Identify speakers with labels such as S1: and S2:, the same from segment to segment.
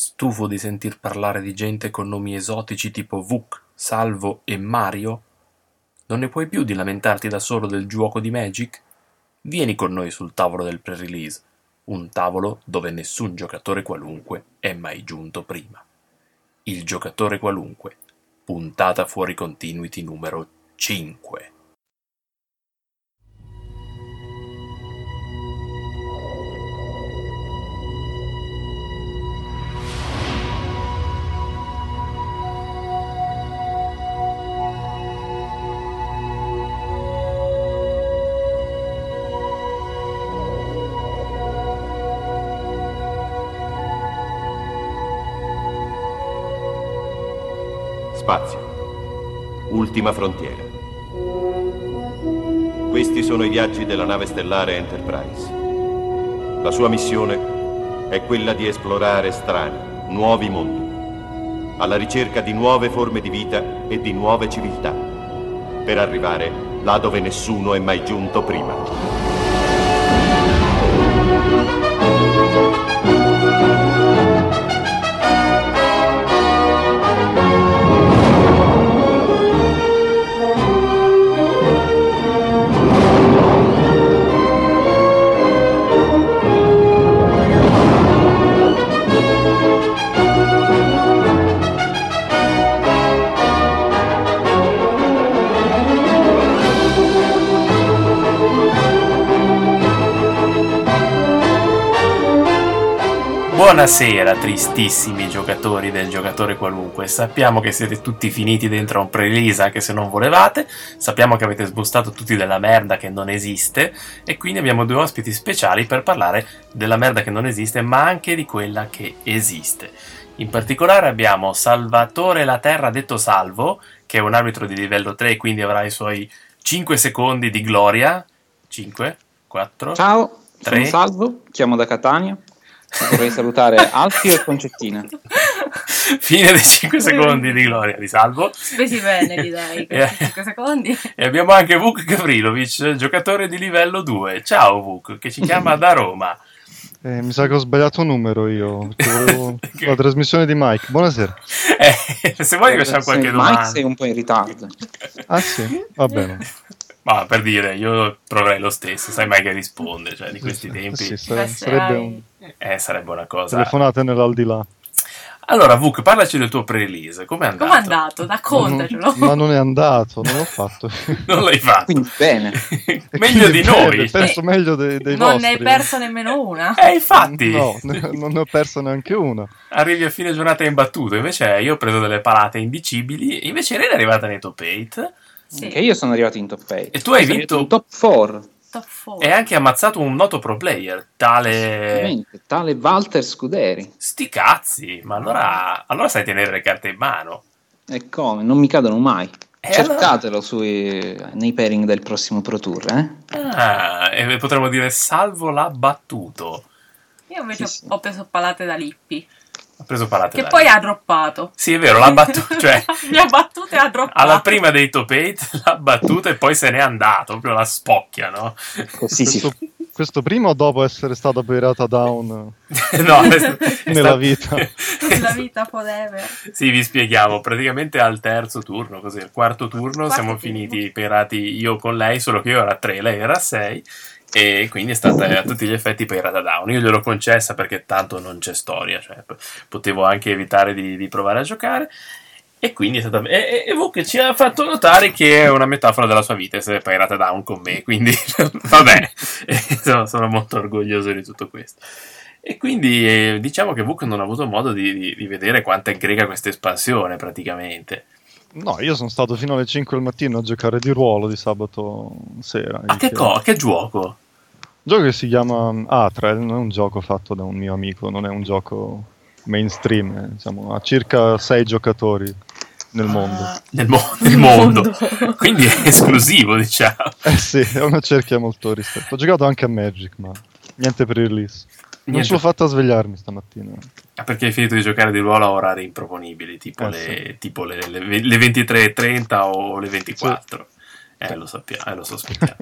S1: Stufo di sentir parlare di gente con nomi esotici tipo Vuk, Salvo e Mario? Non ne puoi più di lamentarti da solo del giuoco di Magic? Vieni con noi sul tavolo del pre-release, un tavolo dove nessun giocatore qualunque è mai giunto prima. Il giocatore qualunque, puntata fuori continuity numero 5.
S2: Spazio. Ultima frontiera. Questi sono i viaggi della nave stellare Enterprise. La sua missione è quella di esplorare strani, nuovi mondi, alla ricerca di nuove forme di vita e di nuove civiltà, per arrivare là dove nessuno è mai giunto prima.
S1: Buonasera, tristissimi giocatori del giocatore qualunque. Sappiamo che siete tutti finiti dentro a un pre-release anche se non volevate. Sappiamo che avete sbustato tutti della merda che non esiste. E quindi abbiamo due ospiti speciali per parlare della merda che non esiste, ma anche di quella che esiste. In particolare abbiamo Salvatore La Terra, detto Salvo, che è un arbitro di livello 3 e quindi avrà i suoi 5 secondi di gloria. 5, 4,
S3: Ciao,
S1: Tre.
S3: sono Salvo, chiamo da Catania. Vorrei salutare Alfio e Concettina.
S1: fine dei 5 secondi di gloria di Salvo.
S4: Spesi bene, li dai,
S1: Eh.
S4: questi 5 secondi.
S1: E abbiamo anche Vuk Gavrilovic, giocatore di livello 2. Ciao Vuk, che ci chiama da Roma.
S5: Eh, mi sa che ho sbagliato un numero io. perché volevo-
S1: Ok.
S5: La trasmissione di Mike. Buonasera.
S1: Eh, se vuoi facciamo qualche
S3: Mike,
S1: domanda. Esatto.
S3: sei un po' in ritardo.
S5: Ah sì, va bene.
S1: Ma per dire, io proverei lo stesso, sai mai che risponde, cioè di questi
S5: Eh,
S1: tempi
S5: sì, sa-
S4: Passerai.
S5: sarebbe un...
S1: eh, sarebbe una cosa.
S5: telefonate nell'aldilà.
S1: Allora Vuk, parlaci del tuo pre-release, com'è andato?
S4: Com'è andato?
S5: Ma
S4: Raccontacelo.
S1: Mm.
S5: non- ma non è andato, non l'ho fatto.
S1: Non l'hai fatto.
S3: Quindi bene.
S5: E
S1: Meglio
S5: eh. quindi
S1: di
S5: bene,
S1: noi.
S5: Ho perso meglio dei, dei
S4: non ne
S5: nostri.
S4: hai persa nemmeno una.
S1: Eh, infatti,
S5: No, ne- non ne ho perso neanche una.
S1: arrivi a fine giornata imbattuto, invece io ho preso delle palate indicibili, invece Irene è arrivata nei top 8
S4: Sì,
S3: Che io sono arrivato in top 8.
S1: e tu hai
S3: Sono
S1: vinto
S3: in top 4.
S4: top four.
S1: E ha anche ammazzato un noto pro player, tale.
S3: Tale Walter Scuderi.
S1: Sti cazzi, ma allora, allora sai tenere le carte in mano.
S3: E come? Non mi cadono mai.
S1: Eh,
S3: Cercatelo sui- nei pairing del prossimo Pro Tour. Eh?
S1: Ah, e potremmo dire salvo l'ha battuto.
S4: Io invece
S3: Sì, sì.
S4: ho preso palate da Lippi,
S1: Ha preso parate
S4: che
S1: da-
S4: poi ha droppato.
S1: Sì, è vero, l'ha battuto. Cioè,
S4: Mi ha battuto e ha droppato.
S1: alla prima dei top 8 l'ha battuto e poi se n'è andato. Proprio la spocchia, no?
S3: Così si
S5: Questo, questo prima o dopo essere stata operata down?
S1: no è- è stato-
S5: Nella vita.
S4: La vita forever.
S1: Sì, vi spieghiamo. Praticamente al terzo turno, così al quarto turno,
S4: Quarto
S1: siamo
S4: turno.
S1: finiti pirati io con lei, solo che io era 3, lei era 6. E quindi è stata a tutti gli effetti pirata down. Io gliel'ho concessa perché tanto non c'è storia, cioè p- potevo anche evitare di, di provare a giocare. E quindi è stata. E, e, e Vuk ci ha fatto notare che è una metafora della sua vita essere pirata down con me. Quindi vabbè, sono, sono molto orgoglioso di tutto questo. E quindi eh, diciamo che Vuk non ha avuto modo di, di- di vedere quanto è grega questa espansione praticamente.
S5: No, io sono stato fino alle 5 del mattino a giocare di ruolo di sabato sera.
S1: Ma che,
S5: Il-
S1: co- che gioco?
S5: gioco che si chiama Atrel, non è un gioco fatto da un mio amico, non è un gioco mainstream, eh, diciamo, ha circa 6 giocatori nel mondo.
S1: Nel, mo- nel mondo. quindi è esclusivo, diciamo.
S5: Eh sì, è una cerchia molto ristretta. Ho giocato anche a Magic, ma niente per il release. Non
S1: Niente.
S5: ce l'ho fatta a svegliarmi stamattina.
S1: Ah, Perché hai finito di giocare di ruolo a orari improponibili, tipo
S5: Eh,
S1: le, tipo le- le- le 23.30 o le 24. Eh, lo sappiamo, eh, lo sospettiamo.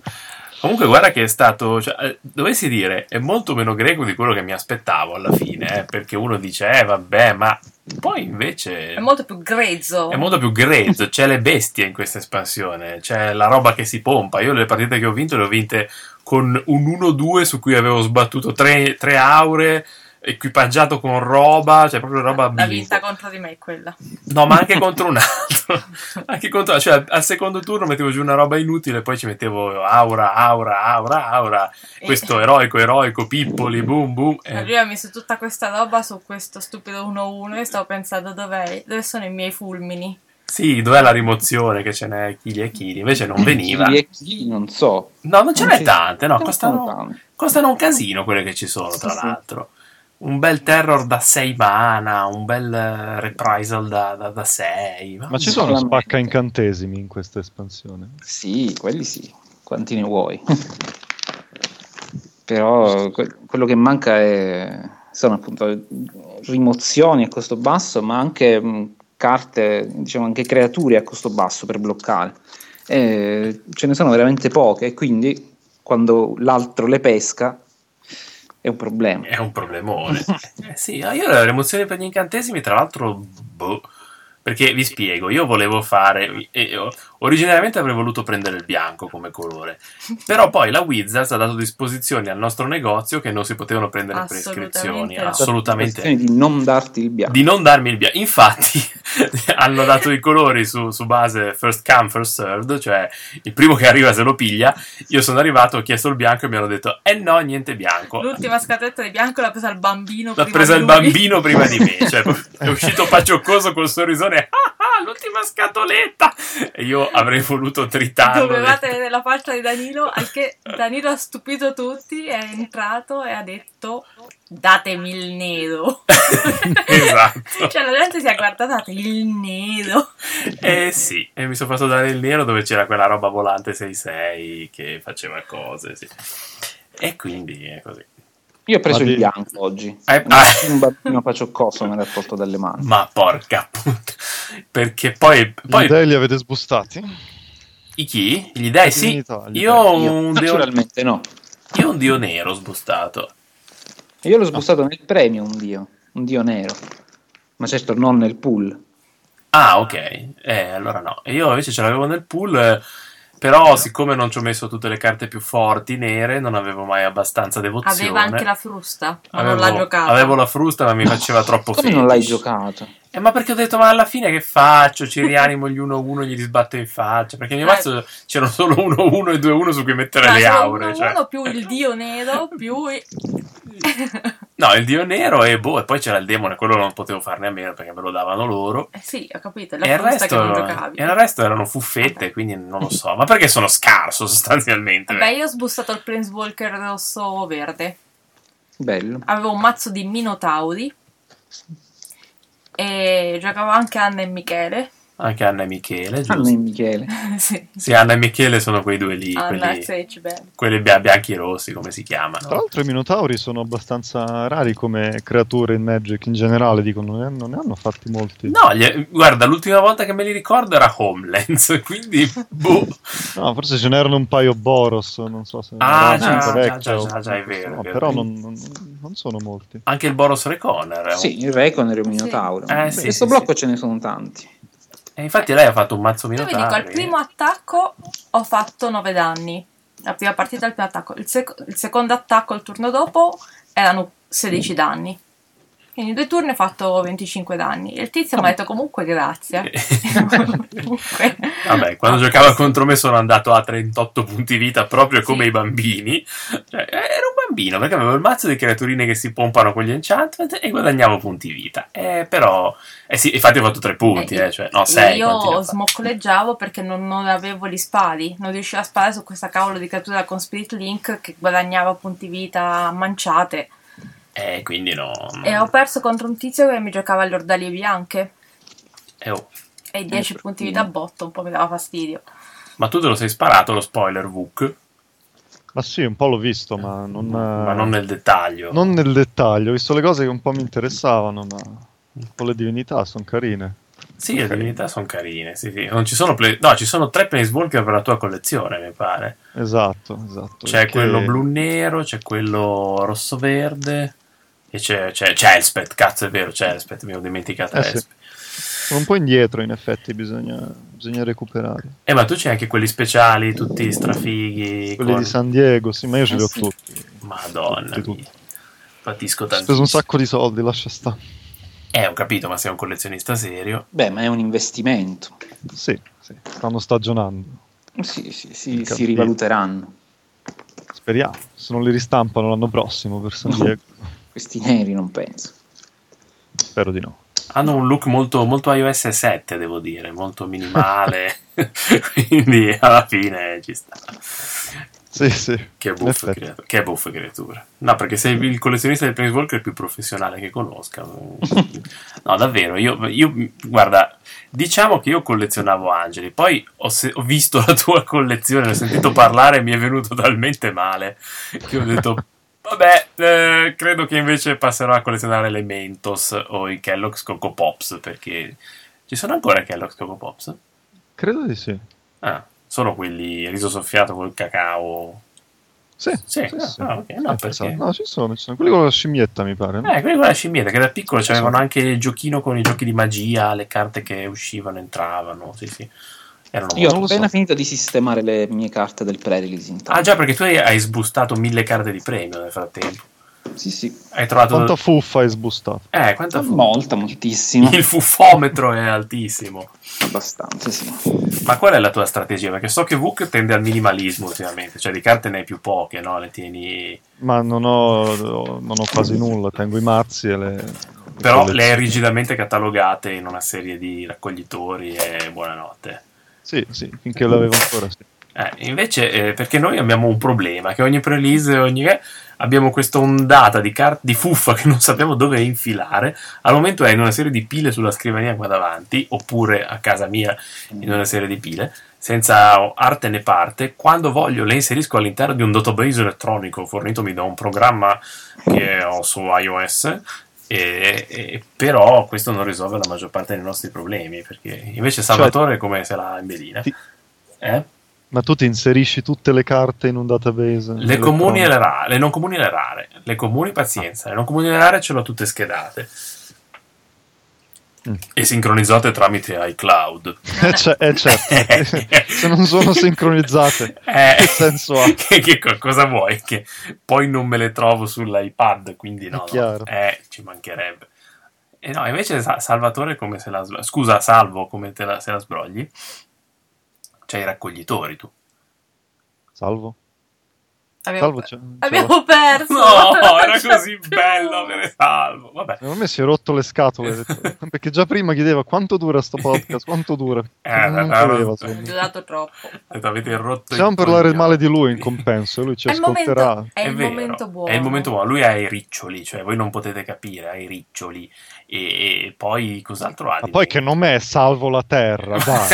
S1: Comunque, guarda che è stato. Cioè, eh, dovessi dire, è molto meno greco di quello che mi aspettavo alla fine. eh, perché uno dice, eh, vabbè, ma poi invece.
S4: È molto più grezzo.
S1: È molto più grezzo, c'è le bestie in questa espansione, c'è la roba che si pompa. Io le partite che ho vinto le ho vinte con un 1-2 su cui avevo sbattuto tre, tre aure, equipaggiato con roba, cioè proprio roba
S4: La
S1: bilingue.
S4: vista contro di me è quella.
S1: No, ma anche contro un altro. anche contro, cioè, al- al secondo turno mettevo giù una roba inutile, poi ci mettevo aura, aura, aura, aura. Questo eroico, eroico, pippoli, boom, boom.
S4: E
S1: Eh,
S4: Eh. lui ha messo tutta questa roba su questo stupido 1-1 e stavo pensando dov'è, dove sono i miei fulmini.
S1: sì, dov'è la rimozione che ce n'è chili e chili? Invece non veniva.
S3: Chi e chi, non so.
S1: No, non ce
S3: Non
S1: n'è
S3: ci-
S1: tante, no,
S3: non sono
S1: costano,
S3: tanti.
S1: costano un casino quelle che ci sono, tra
S3: Sì, sì.
S1: l'altro. Un bel terror da 6 mana, un bel eh, reprisal da, da, 6.
S5: Ma ci sono
S3: Solamente.
S5: spacca incantesimi in questa espansione?
S3: Sì, quelli sì, quanti ne vuoi. Però que- quello che manca è, sono appunto rimozioni a costo basso, ma anche mh, carte, diciamo anche creature a costo basso per bloccare. E ce ne sono veramente poche, e quindi quando l'altro le pesca è un problema.
S1: È un problemone. Eh sì, no, io le emozioni per gli incantesimi, tra l'altro, boh. Perché vi spiego, io volevo fare. eh, io- originariamente avrei voluto prendere il bianco come colore, però poi la Wizards ha dato disposizioni al nostro negozio che non si potevano prendere
S4: Assolutamente
S1: prescrizioni.
S4: no.
S1: Assolutamente
S3: La questione di non darti il bianco.
S1: di non darmi il bianco. Infatti, hanno dato i colori su, su base first come, first served, cioè il primo che arriva se lo piglia. Io sono arrivato, ho chiesto il bianco e mi hanno detto: Eh no, niente bianco.
S4: L'ultima scatoletta di bianco l'ha presa il bambino.
S1: L'ha
S4: prima
S1: presa
S4: di
S1: il
S4: lui.
S1: bambino prima di me, cioè, è uscito pacioccoso col sorrisone. Ah, ah, l'ultima scatoletta! E io avrei voluto tritarlo.
S4: Dovevate vedere la faccia di Danilo, al che Danilo ha stupito tutti, è entrato e ha detto datemi il nero.
S1: Esatto.
S4: Cioè la gente si è guardata il nero.
S1: Eh sì, e mi sono fatto dare il nero dove c'era quella roba volante 6-6 che faceva cose, sì. E quindi è così.
S3: Io ho preso
S5: Ma
S3: il
S5: di-
S3: bianco oggi.
S1: Eh, ah.
S3: Un bambino pacioccoso me l'ha tolto dalle mani.
S1: Ma porca puttana. Perché poi,
S5: Poi...
S1: poi
S5: I dei li avete sbustati?
S1: i chi? Gli dei?
S5: In
S1: Sì.
S5: Italia.
S1: Io ho
S3: Io,
S1: un dio,
S3: naturalmente no.
S1: io ho un dio nero sbustato.
S3: Io l'ho sbustato nel premio un dio, un dio nero, ma certo non nel pool.
S1: Ah, ok. Eh, allora no. E io invece ce l'avevo nel pool. eh, Però, siccome non ci ho messo tutte le carte più forti nere, non avevo mai abbastanza devozione.
S4: Aveva anche la frusta, ma
S1: Avevo-
S4: non l'ha giocata.
S1: Avevo la frusta, ma mi faceva troppo
S3: Come
S1: felice.
S3: non l'hai giocato?
S1: Eh, ma perché ho detto, ma alla fine che faccio? Ci rianimo gli 1-1 e gli sbatto in faccia. Perché nel mio
S4: Eh.
S1: mazzo c'erano solo 1-1 e 2-1 su cui mettere
S4: Cioè,
S1: le
S4: sono
S1: aure.
S4: uno,
S1: cioè.
S4: uno più il dio nero, più... i-
S1: No, il dio nero e boh, e poi c'era il demone, quello non potevo farne a meno perché me lo davano loro.
S4: Eh sì, ho capito, è
S1: E
S4: la
S1: il,
S4: frusta che
S1: resto,
S4: non giocavi.
S1: e il resto erano fuffette, quindi non lo so. Ma perché sono scarso sostanzialmente?
S4: Vabbè, io ho sbussato il Planeswalker rosso verde.
S3: Bello.
S4: Avevo un mazzo di Minotauri. E giocavo anche Anna e Michele.
S1: Anche Anna e Michele, giusto?
S3: Anna e Michele.
S4: sì.
S1: Sì, Anna e Michele sono quei due lì,
S4: Anna e
S1: quelli,
S4: Sage Bell.
S1: quelli bia- bianchi e rossi, come si chiamano.
S5: Tra l'altro i minotauri sono abbastanza rari come creature in Magic in generale, dico, non ne, non ne hanno fatti molti.
S1: No, gli- guarda, l'ultima volta che me li ricordo era Homelands, quindi boh.
S5: No, forse ce n'erano un paio Boros, non so se...
S1: Ah,
S5: era
S1: già,
S5: molto
S1: già,
S5: vecchia
S1: già, già,
S5: o-
S1: già, è vero,
S5: no,
S1: è vero.
S5: però non, non- non sono molti.
S1: Anche il Boros Reconner. eh. è un-
S3: Sì, il Recon era un Minotauro.
S1: Sì. Eh, sì,
S3: In questo
S1: sì,
S3: blocco ce ne sono tanti.
S1: E infatti lei ha fatto un mazzo
S4: Io vi dico, al
S1: minotauro.
S4: primo attacco ho fatto 9 danni. La prima partita, il primo attacco. Il, sec- il secondo attacco, il turno dopo, erano 16 danni. Quindi in due turni ho fatto 25 danni. E il tizio mi ha detto comunque
S1: Eh,
S4: grazie. Comunque.
S1: Vabbè, quando giocava contro me sono andato a 38 punti vita proprio come
S4: Sì.
S1: i bambini. Cioè, eh, ero un bambino perché avevo il mazzo di creaturine che si pompano con gli enchantment e guadagnavo punti vita. Eh, però, eh sì, infatti ho fatto 3 punti, eh, cioè, no, 6.
S4: io smoccoleggiavo perché non, non avevo gli spadi, non riuscivo a sparare su questa cavolo di cattura con Spirit Link che guadagnava punti vita a manciate.
S1: Eh, quindi no.
S4: E ho perso contro un tizio che mi giocava le ordalie bianche
S1: Eh, oh.
S4: e 10
S3: per
S4: punti
S3: cui.
S4: vita a botto, un po' mi dava fastidio.
S1: Ma tu te lo sei sparato lo spoiler Vook,
S5: Ma sì, un po' l'ho visto, ma non...
S1: Eh,
S5: eh,
S1: ma non nel dettaglio.
S5: non nel dettaglio, ho visto le cose che un po' mi interessavano, ma con le divinità sono carine.
S1: Sì, le divinità sono carine. Sì, sì. Non ci sono play- no, ci sono tre Planeswalker per la tua collezione, mi pare.
S5: Esatto, esatto.
S1: C'è
S5: perché-
S1: quello blu-nero, c'è quello rosso-verde. E c'è, c'è, c'è Elspeth, cazzo è vero, c'è Elspeth, mi ero dimenticato
S5: Eh, sì.
S1: Elspeth.
S5: Sono un po' indietro, in effetti, bisogna, bisogna recuperare.
S1: Eh, ma tu c'hai anche quelli speciali, tutti strafighi.
S5: Quelli
S1: con-
S5: di San Diego, sì, ma io ce li ho
S4: Eh, sì.
S5: tutti.
S1: Madonna
S5: Tutti, tutti.
S1: mia. Patisco
S5: Ho speso
S1: tantissimo.
S5: un sacco di soldi, lascia sta.
S1: Eh, ho capito, ma sei un collezionista serio.
S3: Beh, ma è un investimento.
S5: Sì, sì, stanno stagionando.
S3: Sì, sì, sì, si
S5: Capito.
S3: rivaluteranno.
S5: Speriamo. Se non li ristampano l'anno prossimo per San Diego,
S3: Questi neri non penso.
S5: spero di no.
S1: Hanno un look molto, molto iOS 7, devo dire, molto minimale. Quindi alla fine ci sta.
S5: Sì, sì.
S1: Che
S5: in
S1: buffe,
S5: effetti.
S1: creatura. che buffe creatura. No, perché sei il collezionista del Planeswalker più professionale che conosca. No, davvero, io, io- guarda, diciamo che io collezionavo angeli, poi ho, se- ho visto la tua collezione, ne ho sentito parlare e mi è venuto talmente male che ho detto... Vabbè, eh, credo che invece passerò a collezionare le Mentos o i Kellogg's Coco Pops perché ci sono ancora i Kellogg's Coco Pops?
S5: Credo di sì.
S1: Ah, sono quelli riso soffiato col cacao.
S5: Sì,
S1: Sì, ah, ah, ok, no,
S5: Eh,
S1: perché-
S5: pensavo- no, ci sono, ci sono. Quelli con la scimmietta, mi pare. no?
S1: Eh, quelli con la scimmietta che da piccolo c'avevano anche il giochino con i giochi di magia, le carte che uscivano, entravano. Sì, sì. Erano
S3: Io
S5: non
S3: ho
S5: lo
S3: appena
S5: so.
S3: finito di sistemare le mie carte del pre-release intanto.
S1: Ah, già, perché tu hai, hai sbustato mille carte di premio nel frattempo.
S3: Sì, sì.
S1: Hai trovato.
S5: Quanta fuffa hai sbustato?
S1: Eh, quanta fu-
S3: Molta, moltissima.
S1: Il fufometro è altissimo.
S3: Abbastanza, sì.
S1: Ma qual è la tua strategia? Perché so che Vuk tende al minimalismo ultimamente, cioè di carte ne hai più poche, no? Le tieni.
S5: Ma non ho, non ho quasi nulla, tengo i mazzi e le...
S1: Però
S5: quelle-
S1: le hai rigidamente catalogate in una serie di raccoglitori e buonanotte.
S5: Sì, sì, finché l'avevo ancora, sì.
S1: Eh, invece, eh, perché noi abbiamo un problema, che ogni pre-release, ogni... abbiamo questa ondata di, car- di fuffa che non sappiamo dove infilare. Al momento è in una serie di pile sulla scrivania qua davanti, oppure a casa mia in una serie di pile, senza arte né parte. Quando voglio le inserisco all'interno di un database elettronico fornitomi da un programma che ho su iOS. E, e- però questo non risolve la maggior parte dei nostri problemi perché invece Salvatore è come se la imbedina
S5: Ti-
S1: eh?
S5: Ma tu ti inserisci tutte le carte in un database?
S1: Le comuni e le rare, le non comuni e le rare. Le comuni, pazienza, le non comuni e le rare ce l'ho tutte schedate.
S5: Mm.
S1: E sincronizzate tramite iCloud.
S5: Eh, cioè- eh, certo. Se non sono sincronizzate,
S1: Eh.
S5: che senso ha?
S1: Che, che co- cosa vuoi? Che poi non me le trovo sull'iPad, quindi no.
S5: È
S1: no.
S5: chiaro.
S1: Eh, ci mancherebbe. E no, invece Sa- Salvatore come se la sb- Scusa, Salvo come te la, se la sbrogli. C'hai i raccoglitori tu.
S5: Salvo?
S4: Abbiamo,
S5: Salvo c'è. c'è la-
S4: abbiamo perso.
S1: No, era
S4: Non c'è
S1: così
S4: più.
S1: bello avere Salvo. Vabbè.
S5: Secondo me si è rotto le scatole, ha detto- perché già prima chiedeva quanto dura sto podcast, quanto dura.
S1: Eh,
S5: non
S1: eh,
S5: voleva,
S1: eh,
S5: secondo me.
S4: Esagerato troppo.
S1: Detto, Avete rotto i
S5: Possiamo parlare
S1: coglioni.
S5: male di lui in compenso, e lui ci
S4: È il, momento,
S5: ascolterà.
S4: è il
S1: vero,
S4: momento buono.
S1: È il momento buono. Lui ha i riccioli, cioè voi non potete capire, ha i riccioli. E, e poi cos'altro ha?
S5: Ma
S1: di
S5: poi
S1: lui?
S5: che nome è Salvo la Terra, dai.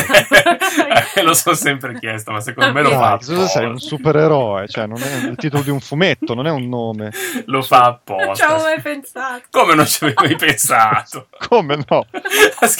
S1: Eh, Lo sono sempre chiesto, ma secondo me lo
S4: Dai,
S1: fa
S5: Dai,
S1: apposta.
S5: cosa sei un supereroe, cioè non è il titolo di un fumetto, non è un nome.
S1: Lo fa
S4: Non ci avevo
S1: apposta.
S4: mai pensato.
S1: Come non ci avevi mai pensato?
S5: Come no?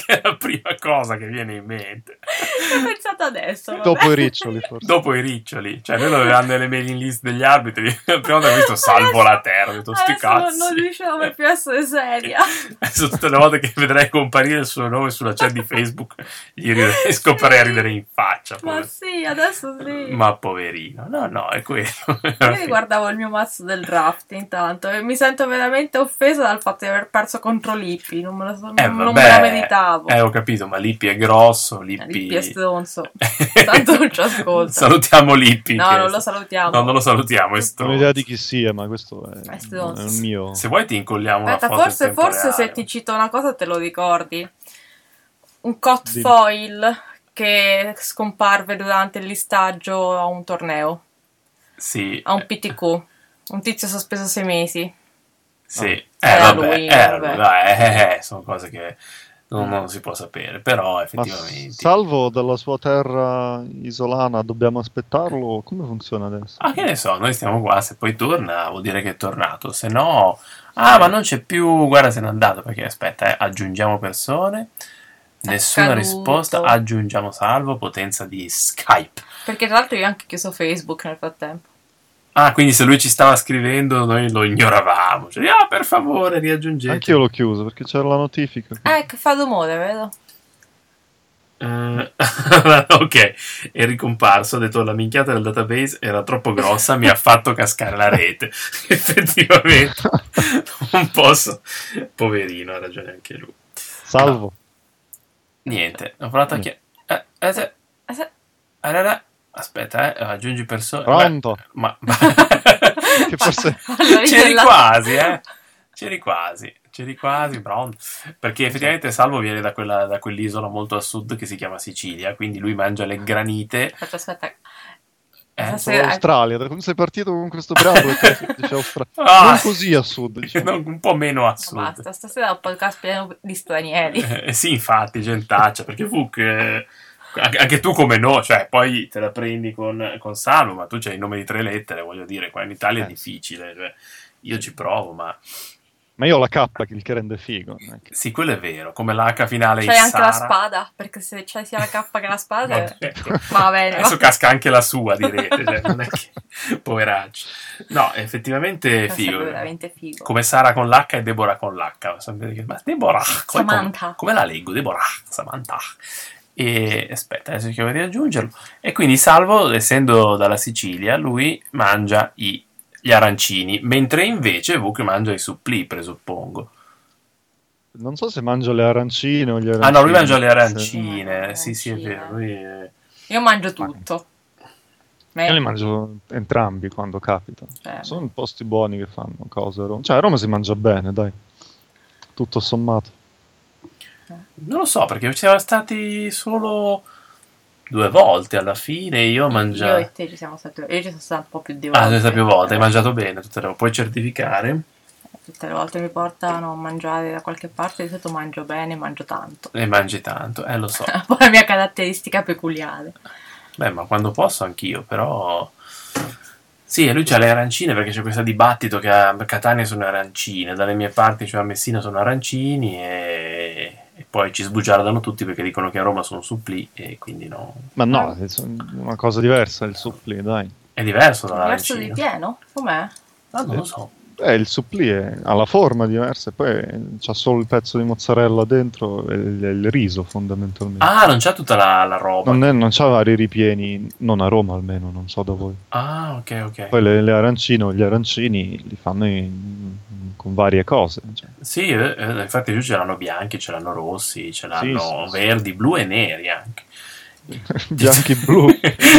S1: È la prima cosa che viene in mente.
S4: Ho pensato adesso. vabbè.
S5: Dopo i riccioli forse.
S1: Dopo i riccioli, cioè noi lo avevamo nelle mailing list degli arbitri. La prima volta che ho visto salvo la terra, ho detto sti
S4: Adesso non-
S1: cazzi.
S4: Non riusciamo mai più a essere seria.
S1: Adesso tutte le volte che vedrai comparire il suo nome sulla chat di Facebook, gli ri- scoprirei a ridere in faccia.
S4: Ma
S1: pover-
S4: sì, adesso sì.
S1: Ma poverino, no, no, è quello.
S4: Io guardavo il mio mazzo del draft intanto e mi sento veramente offesa dal fatto di aver perso contro Lippi. Non me lo, so,
S1: Eh,
S4: non- non me la
S1: vabbè,
S4: meditavo.
S1: Eh, ho capito, ma Lippi è grosso,
S4: Eh,
S1: Lippi...
S4: Lippi è stronzo. Tanto non ci ascolta.
S1: Salutiamo Lippi.
S4: No,
S1: che-
S4: non lo salutiamo.
S1: No, non lo salutiamo, è
S5: Non ho
S1: stronzo.
S5: idea di chi sia, ma questo è,
S4: Eh, stronzo.
S5: è un mio.
S1: Se vuoi ti incolliamo
S4: Aspetta,
S1: una foto
S4: forse,
S1: in tempo
S4: forse se
S1: reale.
S4: ti cito una cosa te lo ricordi. Un cot
S5: Dimmi.
S4: foil che scomparve durante il listaggio a un torneo,
S1: Sì,
S4: a un PTQ. Un tizio sospeso sei mesi.
S5: Ah.
S1: sì. Eh,
S4: Era
S1: vabbè,
S4: lui,
S1: era lui,
S4: vabbè.
S1: dai, eh, eh, sono cose che non, non si può sapere, però
S5: Ma
S1: effettivamente...
S5: salvo dalla sua terra isolana, dobbiamo aspettarlo? Come funziona adesso?
S1: Ah, che ne so, noi stiamo qua, se poi torna vuol dire che è tornato, se no... Ah, ma non c'è più, guarda se n'è andato, perché aspetta, eh, aggiungiamo persone. Nessuna
S4: caduto.
S1: risposta, aggiungiamo salvo, potenza di Skype.
S4: Perché tra l'altro io ho anche chiuso Facebook nel frattempo.
S1: Ah, quindi se lui ci stava scrivendo, noi lo ignoravamo. Cioè, ah, per favore, riaggiungete.
S5: Anch'io l'ho chiuso perché c'era la notifica.
S1: Ah, Mm. ecco.
S4: Eh, che fa rumore, vedo.
S1: Eh, ok, è ricomparso. Ha detto la minchiata del database era troppo grossa, mi ha fatto cascare la rete. Effettivamente, non posso. Poverino, ha ragione anche lui.
S5: Salvo.
S1: Niente, ho provato a chiedere.
S4: Eh, se-
S1: Aspetta, eh, aggiungi persone.
S5: Pronto?
S1: Beh, Ma, ma-
S5: Che forse
S4: Allora,
S1: c'eri
S4: della-
S1: quasi, eh? C'eri quasi, c'eri quasi, Brown. Perché effettivamente Salvo viene da, quella- da quell'isola molto a sud che si chiama Sicilia, quindi lui mangia le granite.
S4: Aspetta, aspetta.
S1: eh.
S5: sono
S4: Stasera-
S5: Australia. Da come sei partito con questo bravo? che dice Austra-
S1: Ah.
S5: Non così a sud. Diciamo.
S1: Non- un po' meno a sud.
S4: Basta, stasera ho un podcast pieno di stranieri.
S1: Eh, sì, infatti, gentaccia, perché Vuk, eh, anche anche tu come no, cioè poi te la prendi con, con Salvo, ma tu c'hai il nome di tre lettere, voglio dire, qua in Italia è
S5: Eh.
S4: Certo.
S1: difficile, cioè, io ci provo, ma
S5: Ma io ho la K che, che rende figo. non è che-
S1: sì, quello è vero, come l'H finale in
S4: C'hai anche la
S1: Sara.
S4: spada, eh. perché se c'è sia la K che la spada...
S1: Vabbè.
S4: Va Ah, bene,
S1: Adesso
S4: va.
S1: casca anche la sua, direte, cioè, non è che... poveracci. No, effettivamente è
S4: Questo
S1: figo.
S4: è veramente figo.
S1: Come Sara con l'H e Deborah con l'H. Sapete che- Ma Deborah, come-
S4: Samantha.
S1: Come, la leggo? Deborah, Samantha. E aspetta, adesso cerchiamo di aggiungerlo. E quindi Salvo, essendo dalla Sicilia, lui mangia i- gli arancini, mentre invece Vuk mangia i supplì, presuppongo.
S5: Non so se mangio le arancine o gli arancini.
S1: Ah no, lui mangia le
S5: Sì.
S1: arancine.
S4: Sì.
S1: Sì, sì, è vero. lui è-
S4: Io mangio tutto. Me-
S5: Io li mangio entrambi quando capita.
S4: Eh.
S5: Sono posti buoni che fanno cose. a Roma. Cioè, a Roma si mangia bene, dai. Tutto sommato.
S1: Non lo so, perché ci siamo stati solo due volte alla fine. Io ho
S4: Io
S1: mangiato.
S4: e te ci siamo stati... Io ci sono stata un po' più di volte.
S1: Ah, sei stata più volte, hai mangiato bene, tutte le volte. Puoi certificare?
S4: Tutte le volte mi portano a mangiare da qualche parte, di solito mangio bene, mangio tanto.
S1: E mangi tanto, eh lo so.
S4: Un po' la mia caratteristica peculiare.
S1: Beh, ma quando posso anch'io, però... Sì, e lui c'ha le arancine perché c'è questo dibattito che a Catania sono arancine, dalle mie parti, cioè a Messina sono arancini e, e poi ci sbugiardano tutti perché dicono che a Roma sono supplì e quindi no.
S5: Ma
S1: Ah.
S5: no, è so- una cosa diversa il supplì, dai.
S1: È diverso
S4: Verso di
S1: dall'arancino.
S4: pieno? Com'è?
S1: Ah, non lo so.
S5: Eh, il supplì è- ha la forma diversa e poi c'ha solo il pezzo di mozzarella dentro e il, il riso fondamentalmente.
S1: Ah, non c'ha tutta la, la roba.
S5: Non, è- non c'ha vari ripieni, non a Roma almeno, non so da voi.
S1: Ah, ok, ok.
S5: Poi le, le arancine o gli arancini li fanno in- con varie cose. cioè.
S1: Sì, eh, eh, infatti giù ce l'hanno bianchi, ce l'hanno rossi, ce l'hanno
S5: sì, sì.
S1: verdi, blu e neri anche.
S5: Bianchi, blu,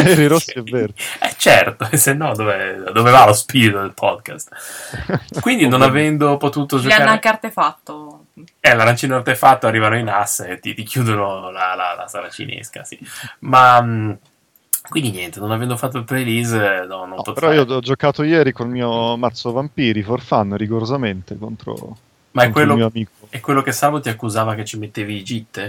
S5: neri, rossi e verdi.
S1: Eh certo, e se no dove, dove va lo spirito del podcast? Quindi non avendo potuto
S4: Li hanno
S1: giocare...
S4: anche artefatto.
S1: Eh, l'arancino artefatto arrivano in asse e ti, ti chiudono la, la, la sala cinesca, sì. Ma... mh, Quindi niente, non avendo fatto il pre-release, eh, no, non
S5: No,
S1: potrei...
S5: però io ho giocato ieri col mio mazzo vampiri for fun rigorosamente contro,
S1: Ma è
S5: contro il mio
S1: quello,
S5: amico.
S1: è quello che Salvo ti accusava che ci mettevi i gitte?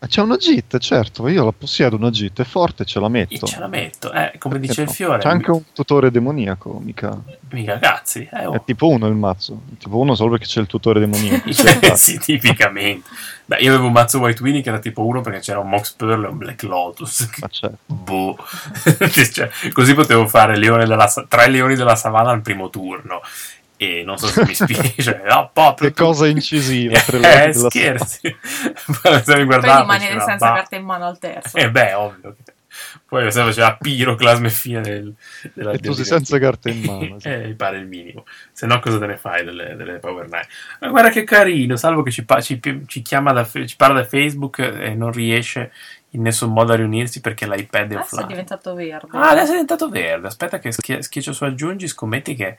S5: Ma Eh, c'è una git, certo, io la possiedo una git, è forte, ce la
S1: E
S5: metto.
S1: ce la metto, eh, come
S5: Perché
S1: dice il
S5: no?
S1: fiore.
S5: C'è anche un tutore demoniaco, mica.
S1: Mica cazzi, eh, oh.
S5: È tipo uno il mazzo, è tipo uno solo perché c'è il tutore demoniaco.
S1: Cioè, sì, tipicamente. Beh, io avevo un mazzo White Winnie che era tipo uno perché c'era un Mox Pearl e un Black Lotus.
S5: Ma certo.
S1: boh. Cioè, così potevo fare leone della sa- tre leoni della savana al primo turno. E non so se mi spiego. Cioè, no, proprio
S5: Che cosa incisiva tra le
S1: eh,
S5: due della-
S1: scherzi. Poi se mi
S4: Poi
S1: guardavo,
S4: rimanere
S1: diceva,
S4: senza
S1: "Bah".
S4: carta in mano al terzo.
S1: Eh beh, ovvio. che- Poi se faceva piroclasma e fine del, della
S5: E
S1: del
S5: tu sei
S1: diretta.
S5: senza carte in mano, sì.
S1: eh, mi pare il minimo. Se no, cosa te ne fai delle, delle Power Nine? Ma guarda che carino, salvo che ci, pa- ci- ci chiama da, fe- ci parla da Facebook e non riesce in nessun modo a riunirsi perché l'iPad è
S4: Adesso è
S1: offline.
S4: diventato verde.
S1: Ah, adesso è diventato verde. Aspetta che schia- schiaccio su aggiungi, scommetti che,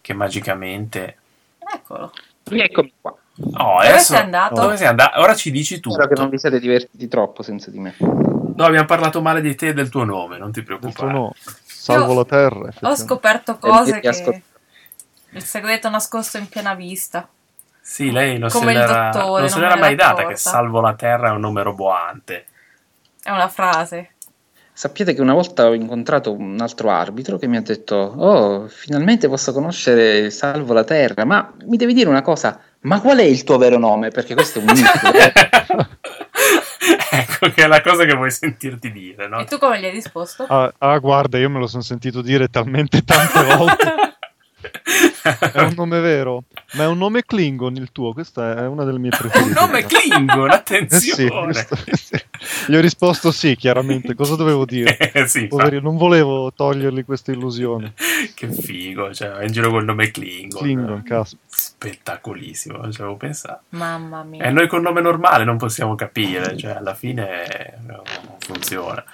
S1: che magicamente...
S4: Eccolo.
S3: Rieccomi qua.
S1: Oh,
S4: Dove
S1: adesso-
S4: sei andato?
S1: Dove sei andato? Ora ci dici tu.
S3: Spero che non vi siete divertiti troppo senza di me.
S1: No, abbiamo parlato male di te e del tuo nome, non ti
S5: Del
S1: preoccupare.
S5: tuo no, salvo
S4: Io
S5: la terra.
S4: Ho
S5: effettivamente.
S4: scoperto
S3: Eh,
S4: cose
S3: ti ascolto.
S4: che... Il segreto nascosto in piena vista.
S1: Sì, lei non se
S4: Come il
S1: l'era,
S4: dottore,
S1: non se
S4: non
S1: l'era
S4: me
S1: mai data
S4: l'accorta.
S1: che Salvo la Terra è un nome roboante.
S4: È una frase.
S3: Sappiate che una volta ho incontrato un altro arbitro che mi ha detto: Oh, finalmente posso conoscere Salvo la Terra, ma mi devi dire una cosa, ma qual è il tuo vero nome? Perché questo è un mito.
S1: ecco, che è la cosa che vuoi sentirti dire, no?
S4: E tu come gli hai risposto?
S5: Ah, ah, guarda, io me lo sono sentito dire talmente tante volte. È un nome vero, ma è un nome Klingon il tuo, questa è una delle mie
S1: È
S5: preferite.
S1: un nome Klingon,
S5: Eh sì,
S1: attenzione!
S5: questo- sì. Gli ho risposto sì, chiaramente, cosa dovevo dire?
S1: Eh, sì, fa-
S5: Poverino, non volevo togliergli questa illusione.
S1: che figo, cioè, va in giro col nome Klingon. eh.
S5: Klingon, caspita.
S1: Spettacolissimo, non ci avevo pensato.
S4: Mamma mia.
S1: E noi con nome normale non possiamo capire, cioè alla fine eh, non funziona.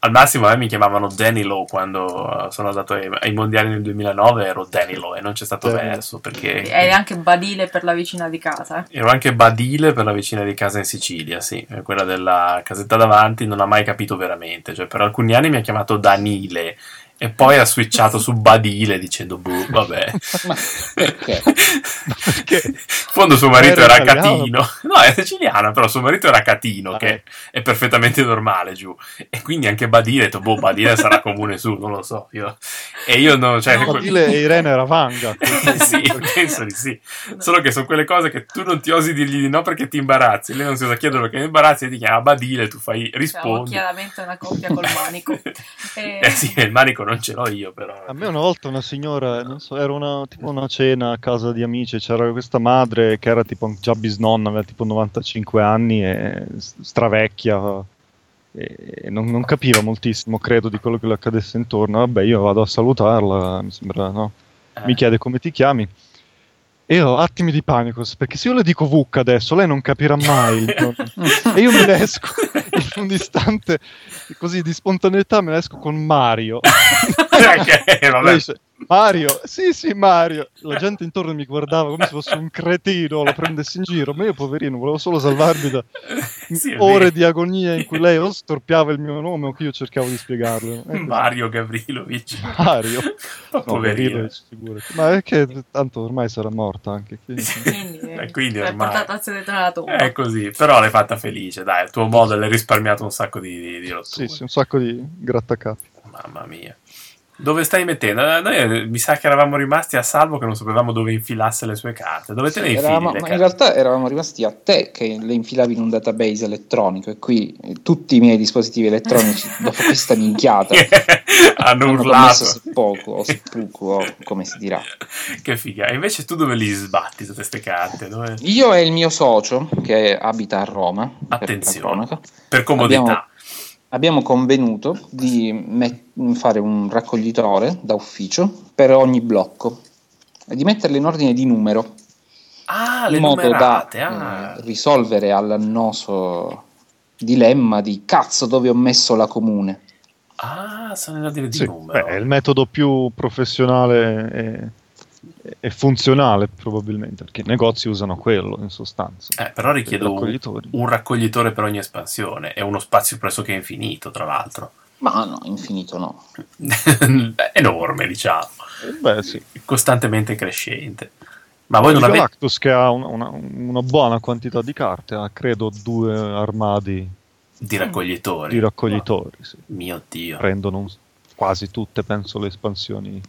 S1: Al massimo a me mi chiamavano Danilo quando eh, sono andato ai, ai mondiali nel 2009, ero Danilo e non c'è stato
S5: Danilo.
S1: verso perché
S4: Eri anche badile per la vicina di casa. eh.
S1: ero anche badile per la vicina di casa in Sicilia, sì, eh, quella della casetta davanti non ha mai capito veramente, cioè per alcuni anni mi ha chiamato Danile e poi ha switchato su badile dicendo boh, vabbè.
S3: Ma perché?
S5: Perché?
S1: In fondo suo marito
S5: Era
S1: era,
S5: italiano?
S1: catino. No, è siciliana, però suo marito era catino,
S5: Ah.
S1: che è perfettamente normale giù. E quindi anche Badile, ho detto, boh, Badile sarà comune su, non lo so. Io. E io non... Cioè,
S5: No,
S1: quel-
S5: Dile e Irene era vanga.
S1: sì, penso di sì. Solo che sono quelle cose che tu non ti osi dirgli di no perché ti imbarazzi. Lei non si osa chiederlo perché ti imbarazzi e ti chiama "Ah, Badile, tu fai
S4: Siamo
S1: rispondi.
S4: chiaramente una Cioè, coppia col manico. Eh,
S1: Eh sì, il manico non ce l'ho io, però.
S5: A me una volta una signora, non so, era una, tipo una cena a casa di amici, c'era questa madre che era tipo già bisnonna, aveva tipo 95 anni e s- stravecchia e non, non capiva moltissimo, credo, di quello che le accadesse intorno. Vabbè, io vado a salutarla, mi sembra, no?
S1: Eh.
S5: Mi chiede come ti chiami. E io ho attimi di panico, perché se io le dico Vucca adesso, lei non capirà mai il mio- e io me ne esco in un istante così di spontaneità me ne esco con Mario
S1: Ok, Eh, vabbè.
S5: Lei dice, Mario sì sì Mario la gente intorno mi guardava come se fosse un cretino lo prendessi in giro ma io poverino volevo solo salvarmi da
S1: Sì, è
S5: ore
S1: vero.
S5: di agonia in cui lei o storpiava il mio nome o che io cercavo di spiegarlo Eh,
S1: Mario Gavrilovic.
S5: Mario
S1: Oh,
S5: no,
S1: poverino.
S5: Gavrilo, figurati. ma è che tanto ormai sarà morta anche chi-
S4: Quindi, eh,
S1: Eh, quindi
S4: l'hai
S1: ormai Ecco.
S4: portata dentro nella tomba.
S1: è così, però l'hai fatta felice, dai, il tuo modo l'hai risparmiato un sacco di, di, di rotture.
S5: sì sì un sacco di grattacapi
S1: Mamma mia. Dove stai mettendo? Eh, Noi eh, mi sa che eravamo rimasti a salvo che non sapevamo dove infilasse le sue carte. Dove te le infili
S3: Cioè, Eravamo-
S1: le
S3: ma in
S1: carte?
S3: realtà eravamo rimasti a te che le infilavi in un database elettronico e qui eh, tutti i miei dispositivi elettronici dopo questa minchiata
S1: Hanno
S3: hanno
S1: urlato.
S3: commesso seppuku o seppuku o come si dirà.
S1: che figa. E invece tu dove li sbatti tutte queste carte? Dove-
S3: Io e il mio socio che abita a Roma, per la
S1: Attenzione.
S3: cronaca,
S1: Per comodità.
S3: Abbiamo- abbiamo convenuto di me- fare un raccoglitore da ufficio per ogni blocco e di metterle in ordine di numero
S1: Ah, le
S3: in modo da
S1: numerate. ah.
S3: eh, risolvere all'annoso dilemma di cazzo dove ho messo la comune.
S1: Ah, sono in ordine di
S5: Sì,
S1: numero.
S5: beh, è il metodo più professionale e, e funzionale probabilmente, perché i negozi usano quello in sostanza. Cioè,
S1: Eh, però richiede
S5: richiedo
S1: un, un raccoglitore per ogni espansione e uno spazio pressoché infinito, tra l'altro.
S3: Ma no, infinito no.
S1: Enorme, diciamo,
S5: Beh sì,
S1: costantemente crescente. Ma voi
S5: il
S1: non avete...
S5: Galactus che ha una, una- una buona quantità di carte, ha credo due armadi
S1: di raccoglitori. Oh,
S5: di raccoglitori, sì.
S1: Mio Dio.
S5: prendono un- quasi tutte penso le espansioni.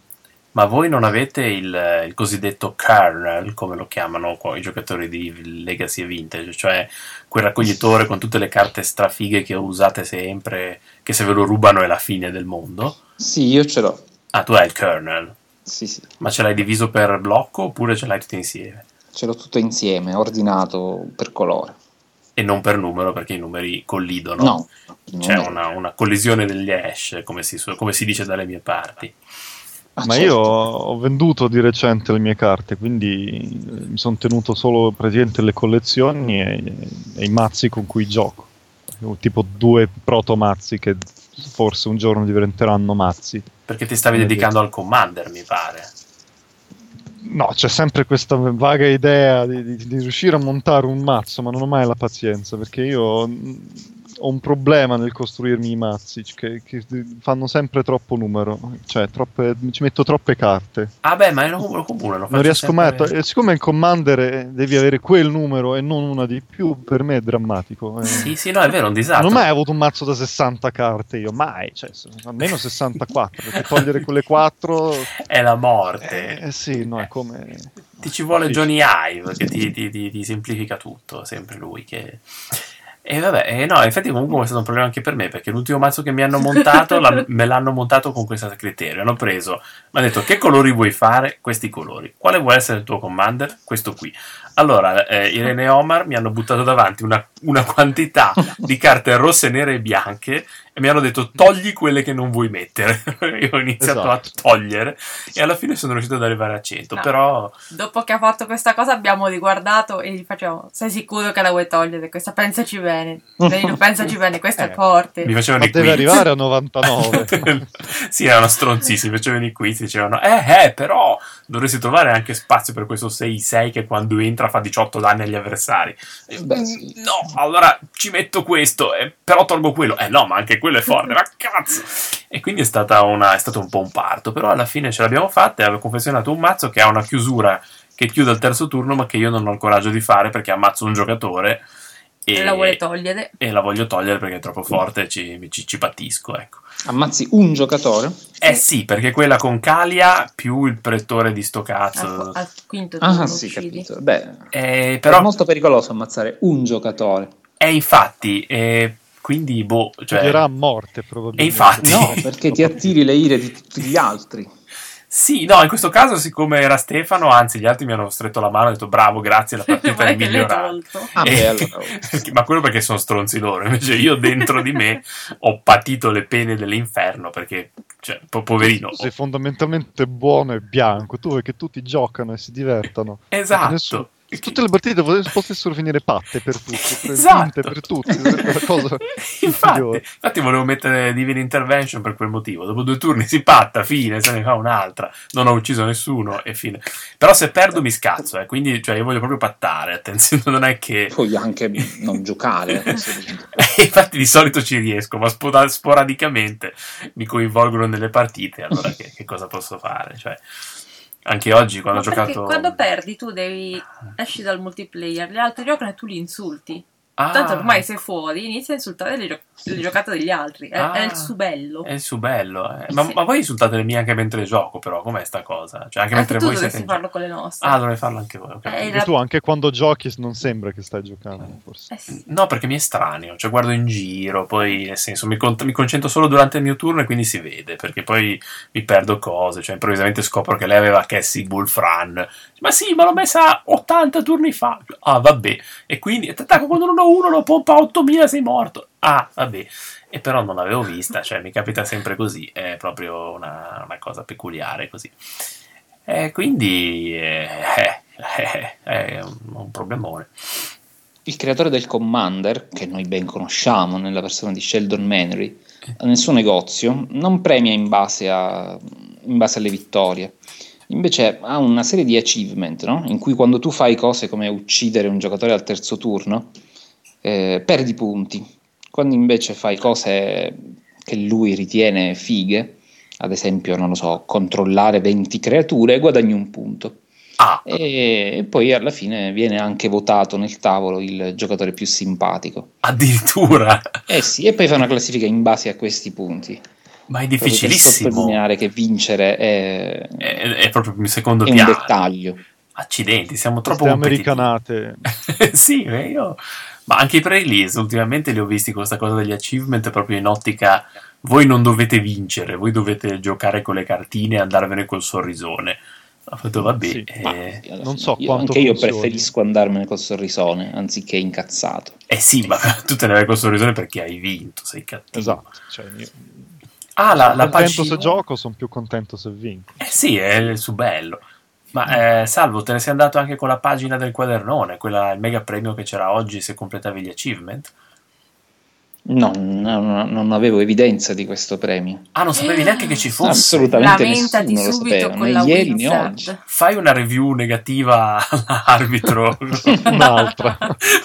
S1: Ma voi non avete il, il cosiddetto kernel, come lo chiamano qua i giocatori di Legacy e Vintage, cioè quel raccoglitore con tutte le carte strafighe che usate sempre, che se ve lo rubano è la fine del mondo?
S3: Sì, io ce l'ho.
S1: Ah, tu hai il kernel,
S3: Sì, sì,
S1: ma ce l'hai diviso per blocco oppure ce l'hai tutti insieme?
S3: ce l'ho tutto insieme, ordinato per colore.
S1: E non per numero, perché i numeri collidono.
S3: No, non
S1: C'è
S3: è-
S1: una, una collisione degli hash, come si, su- come si dice dalle mie parti.
S3: Ah,
S5: Ma io
S3: certo.
S5: ho venduto di recente le mie carte, quindi eh, mi sono tenuto solo presente le collezioni e, e i mazzi con cui gioco. Ho tipo due proto-mazzi che forse un giorno diventeranno mazzi.
S1: Perché ti stavi
S5: Come
S1: dedicando al Commander, mi pare.
S5: No, c'è sempre questa vaga idea di, di- di riuscire a montare un mazzo, ma non ho mai la pazienza perché io mh, ho un problema nel costruirmi i mazzi che, che fanno sempre troppo numero, cioè troppe- ci metto troppe carte.
S1: Ah beh, ma è un numero comune. lo
S5: Non
S1: faccio
S5: riesco mai a.
S1: sempre-
S5: e Siccome il commander eh, devi avere quel numero e non una di più, per me è drammatico. eh.
S1: Sì, esatto. sì, no, è vero, è un disastro.
S5: Non ho mai avuto un mazzo da 60 carte, io mai, cioè, s- almeno 64, perché togliere quelle 4.
S1: È la morte.
S5: Eh, sì, no, è come.
S1: Ti ci vuole
S5: Sì.
S1: Johnny Hive che ti, ti- ti- ti semplifica tutto, sempre lui che... E vabbè, eh, no, in effetti comunque è stato un problema anche per me, perché l'ultimo mazzo che mi hanno montato la- me l'hanno montato con questo criterio. Hanno preso, mi hanno detto che colori vuoi fare? Questi colori. Quale vuole essere il tuo commander? Questo qui. Allora, eh, Irene e Omar mi hanno buttato davanti una, una quantità di carte rosse, nere e bianche e mi hanno detto togli quelle che non vuoi mettere. Io ho iniziato
S5: Esatto.
S1: a togliere e alla fine sono riuscito ad arrivare a 100,
S4: No.
S1: però...
S4: Dopo che ha fatto questa cosa abbiamo riguardato e gli facciamo sei sicuro che la vuoi togliere? Questa pensaci bene. Danilo, pensaci bene, questa è
S5: Eh.
S4: forte.
S1: Mi facevano
S5: Ma
S1: i
S5: deve
S1: quiz.
S5: arrivare a 99.
S1: sì, erano stronzissimi. Facevano i quiz, dicevano: Eh, eh, però dovresti trovare anche spazio per questo 6-6 che quando entra fa 18 danni agli avversari. Eh,
S3: Beh, sì.
S1: No, allora ci metto questo, eh, però tolgo quello. Eh, no, ma anche quello è forte, ma cazzo! E quindi è, stata una- è stato un po' un parto, però alla fine ce l'abbiamo fatta e avevo confezionato un mazzo che ha una chiusura che chiude al terzo turno, ma che io non ho il coraggio di fare perché ammazzo un giocatore.
S4: E la vuole togliere.
S1: e la voglio togliere perché è troppo forte e ci, ci, ci patisco, ecco.
S3: Ammazzi un giocatore?
S1: Eh sì, perché quella con Calia più il pretore di sto
S4: Al,
S1: cazzo.
S4: Ecco, al quinto turno
S3: Ah, sì,
S4: uccidi.
S3: capito. Beh,
S1: Eh,
S3: è
S1: però,
S3: molto pericoloso ammazzare un giocatore.
S1: eh, infatti, eh, quindi, boh, cioè,
S5: Cioè, a morte
S1: E
S5: probabilmente.
S1: infatti,
S3: No, perché ti attiri le ire di tutti gli altri.
S1: sì, no, in questo caso, siccome era Stefano, anzi, gli altri mi hanno stretto la mano e hanno detto bravo, grazie, la partita
S4: Guarda
S1: è
S4: che l'hai
S1: migliorata.
S4: tolto.
S3: Ah,
S1: Eh,
S3: beh, allora.
S1: perché- ma quello perché sono stronzi loro, invece io dentro di me ho patito le pene dell'inferno perché, cioè, po- poverino.
S5: Sei fondamentalmente buono e bianco. Tu vuoi che tutti giocano e si divertano.
S1: Esatto.
S5: Nessuno- Tutte le partite pot- potessero finire patte per tutti, per-
S1: Esatto.
S5: vinte per tutti, sarebbe la cosa
S1: infatti,
S5: migliore.
S1: infatti volevo mettere Divine Intervention per quel motivo. Dopo due turni si patta, fine, se ne fa un'altra. Non ho ucciso nessuno e fine. Però se perdo mi scazzo, eh, quindi cioè, io voglio proprio pattare, attenzione, non è che...
S3: Puoi anche non giocare. eh,
S1: Infatti di solito ci riesco, ma spoda- sporadicamente mi coinvolgono nelle partite, allora che, che cosa posso fare? Cioè, anche oggi quando
S4: Ma
S1: ho
S4: perché
S1: giocato...
S4: quando perdi tu devi esci dal multiplayer, gli altri giocano e tu li insulti.
S1: Ah,
S4: Tanto ormai sei fuori, inizia a insultare le, gio- le giocate degli altri. È,
S1: Ah.
S4: è il subello.
S1: È il suo bello, eh. ma,
S4: Sì.
S1: ma voi insultate le mie anche mentre gioco, però com'è sta cosa? Cioè, anche mentre
S4: Anche tu
S1: voi siete
S4: dovresti
S1: in gioco.
S4: farlo con le nostre.
S1: Ah, dovrei farlo anche voi. ok.
S4: Eh,
S5: E tu anche quando giochi non sembra che stai giocando, forse.
S4: Eh sì.
S1: No, perché mi è estraneo, cioè guardo in giro, poi nel senso mi, con- mi concentro solo durante il mio turno e quindi si vede, perché poi mi perdo cose, cioè improvvisamente scopro che lei aveva Cassie Bullfran, ma sì, ma l'ho messa 80 turni fa, ah vabbè, e quindi ti attacco quando non ho uno, lo pompa a 8000, sei morto, ah vabbè, e però non l'avevo vista, cioè mi capita sempre così, è proprio una, una cosa peculiare così. E quindi eh, eh, eh, è un- un problemone.
S3: Il creatore del Commander, che noi ben conosciamo nella persona di Sheldon Manry, nel suo negozio non premia in base, a- in base alle vittorie. Invece ha una serie di achievement, no? in cui quando tu fai cose come uccidere un giocatore al terzo turno, eh, perdi punti. Quando invece fai cose che lui ritiene fighe, ad esempio, non lo so, controllare 20 creature, guadagni un punto
S1: Ah,
S3: e poi alla fine viene anche votato nel tavolo il giocatore più simpatico.
S1: addirittura.
S3: Eh sì, e poi fa una classifica in base a questi punti.
S1: Ma è
S3: Proprio per
S1: difficilissimo.
S3: sottolineare che vincere è,
S1: È, è proprio il secondo
S3: è un
S1: piano.
S3: dettaglio.
S1: Accidenti, siamo troppo
S5: Queste
S1: competitivi.
S5: americanate.
S1: sì, eh, io... Ma anche i pre-release, ultimamente li ho visti con questa cosa degli achievement proprio in ottica... Voi non dovete vincere, voi dovete giocare con le cartine e andarvene col sorrisone. Ho fatto, vabbè...
S5: Sì,
S1: eh,
S3: Ma alla fine
S5: non so
S3: io-
S5: quanto
S3: anche io
S5: funzioni.
S3: preferisco andarmene col sorrisone anziché incazzato.
S1: eh sì, ma tu te ne vai col sorrisone perché hai vinto, sei cattivo.
S5: Esatto. Cioè, io
S1: Ah, la, la
S5: sono contento
S1: passiva-
S5: se gioco, sono più contento se vinco.
S1: Eh sì, è il suo bello. Ma eh, Salvo, te ne sei andato anche con la pagina del quadernone, quella, il mega premio che c'era oggi se completavi gli achievement?
S3: No, no, no, non avevo evidenza di questo premio.
S1: Ah, non sapevi neanche che ci fosse.
S3: Assolutamente
S4: Lamentati
S3: nessuno lo
S4: subito
S3: sapeva,
S4: con
S3: né
S4: la
S3: ieri né oggi.
S4: Wizard.
S1: Fai una review negativa all'arbitro,
S5: Un'altra.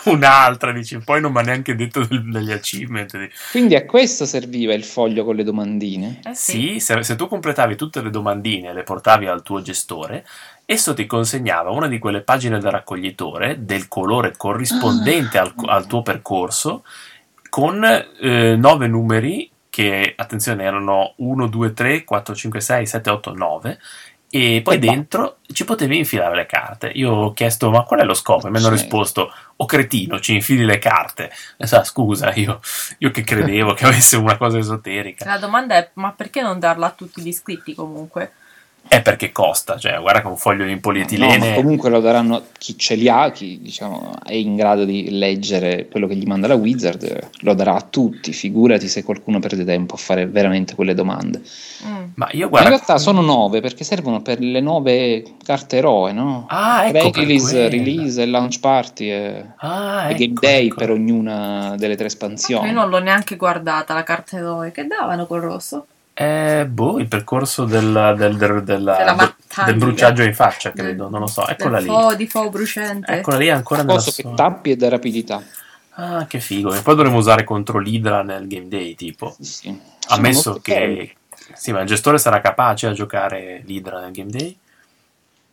S1: un'altra, dici, poi non mi ha neanche detto del- degli achievement.
S3: Quindi a questo serviva il foglio con le domandine.
S4: Eh sì.
S1: Sì, se, se tu completavi tutte le domandine e le portavi al tuo gestore, esso ti consegnava una di quelle pagine da raccoglitore del colore corrispondente al, al tuo percorso con eh, nove numeri che, attenzione, erano 1, 2, 3, 4, 5, 6, 7, 8, 9 e poi dentro ci potevi infilare le carte. Io ho chiesto, ma qual è lo scopo? E mi hanno
S3: Sì.
S1: risposto, oh cretino, ci infili le carte. E sa, scusa, io, io che credevo che avesse una cosa esoterica.
S4: La domanda è: ma perché non darla a tutti gli iscritti comunque?
S1: È perché costa, cioè, guarda che un foglio in
S3: No, ma
S1: polietilene...
S3: comunque lo daranno a chi ce li ha, chi diciamo, è in grado di leggere quello che gli manda la Wizard, eh, lo darà a tutti, figurati se qualcuno perde tempo a fare veramente quelle domande.
S4: Mm.
S1: ma io
S3: Ma in
S1: guarda...
S3: realtà sono nove perché servono per le nove carte eroe, no?
S1: Ah, ecco per
S3: Release,
S1: quella.
S3: release e launch party e,
S1: Ah,
S3: e
S1: ecco,
S3: game day
S1: ecco.
S3: per ognuna delle tre
S4: Io
S3: espansioni.
S4: non l'ho neanche guardata la carta eroe che davano col rosso.
S1: Eh, boh, il percorso del, del, del- della-
S4: Della
S1: del-
S4: battaglia.
S1: del bruciaggio in faccia,
S4: Del-
S1: Eh, credo, non lo so,
S4: del
S1: eccola lì.
S4: Eh, fo- di fo bruciante.
S1: Eccola lì ancora nella
S3: Posso che
S1: sua-
S3: tappi e da rapidità.
S1: Ah, che figo. E poi dovremmo usare contro l'Idra nel game day, tipo.
S3: Sì, sì. Sono
S1: Ammesso
S3: molto belli.
S1: che... Sì, ma il gestore sarà capace a giocare l'Idra nel game day?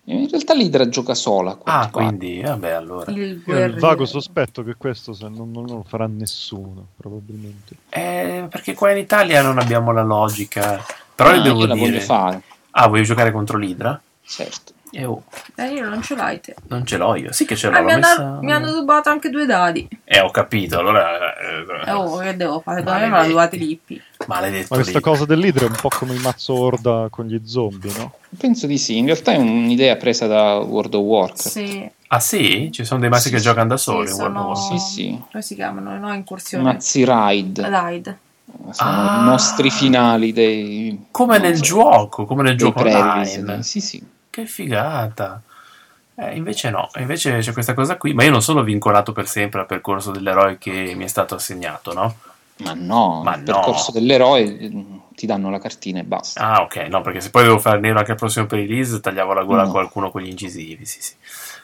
S3: In realtà l'Idra gioca sola. a quanto
S1: Ah,
S3: pare.
S1: quindi, vabbè, allora.
S4: Il
S5: Io ho il
S4: guerriero.
S5: vago sospetto che questo se non, non lo farà nessuno, probabilmente.
S1: Eh, perché qua in Italia non abbiamo la logica. Però
S3: Ah,
S1: io devo
S3: io la voglio
S1: dire...
S3: fare,
S1: Ah, vuoi giocare contro l'Idra?
S3: certo.
S1: Eh, oh,
S4: Eh, io non ce l'hai te.
S1: non ce l'ho io. Sì che ce l'ho,
S4: Ah,
S1: l'ho
S4: mi, hanno,
S1: messa...
S4: mi hanno rubato anche due dadi.
S1: Eh, ho capito, allora... eh,
S4: Eh, oh, che devo fare? Come me
S1: Maledetti.
S4: l'ha rubato Lippi?
S1: Maledetto
S5: Ma questa
S1: Lidra.
S5: cosa dell'idra è un po' come il mazzo orda con gli zombie, no?
S3: Penso di sì, in realtà è un'idea presa da World of Warcraft.
S4: Sì,
S1: Ah sì? Ci sono dei massi
S3: Sì,
S1: che
S3: sì.
S1: giocano da soli
S4: Sì,
S1: in World of
S4: sono-
S1: Warcraft?
S3: Sì, sì.
S4: come si chiamano? No, incursione.
S3: Mazzi Ride
S4: Raid.
S3: sono
S1: Ah.
S3: i mostri finali dei,
S1: Come nel gioco, come nel
S3: dei
S1: gioco
S3: previs,
S1: online.
S3: dei- Sì, sì.
S1: Che figata! Eh, invece no, invece c'è questa cosa qui, ma io non sono vincolato per sempre al percorso dell'eroe che mi è stato assegnato, no?
S3: Ma no,
S1: Ma
S3: il
S1: no.
S3: percorso dell'eroe eh, ti danno la cartina e basta.
S1: Ah, ok, no, perché se poi devo fare nero anche al prossimo pre-release, tagliavo la gola a
S3: No.
S1: qualcuno con gli incisivi, sì, sì.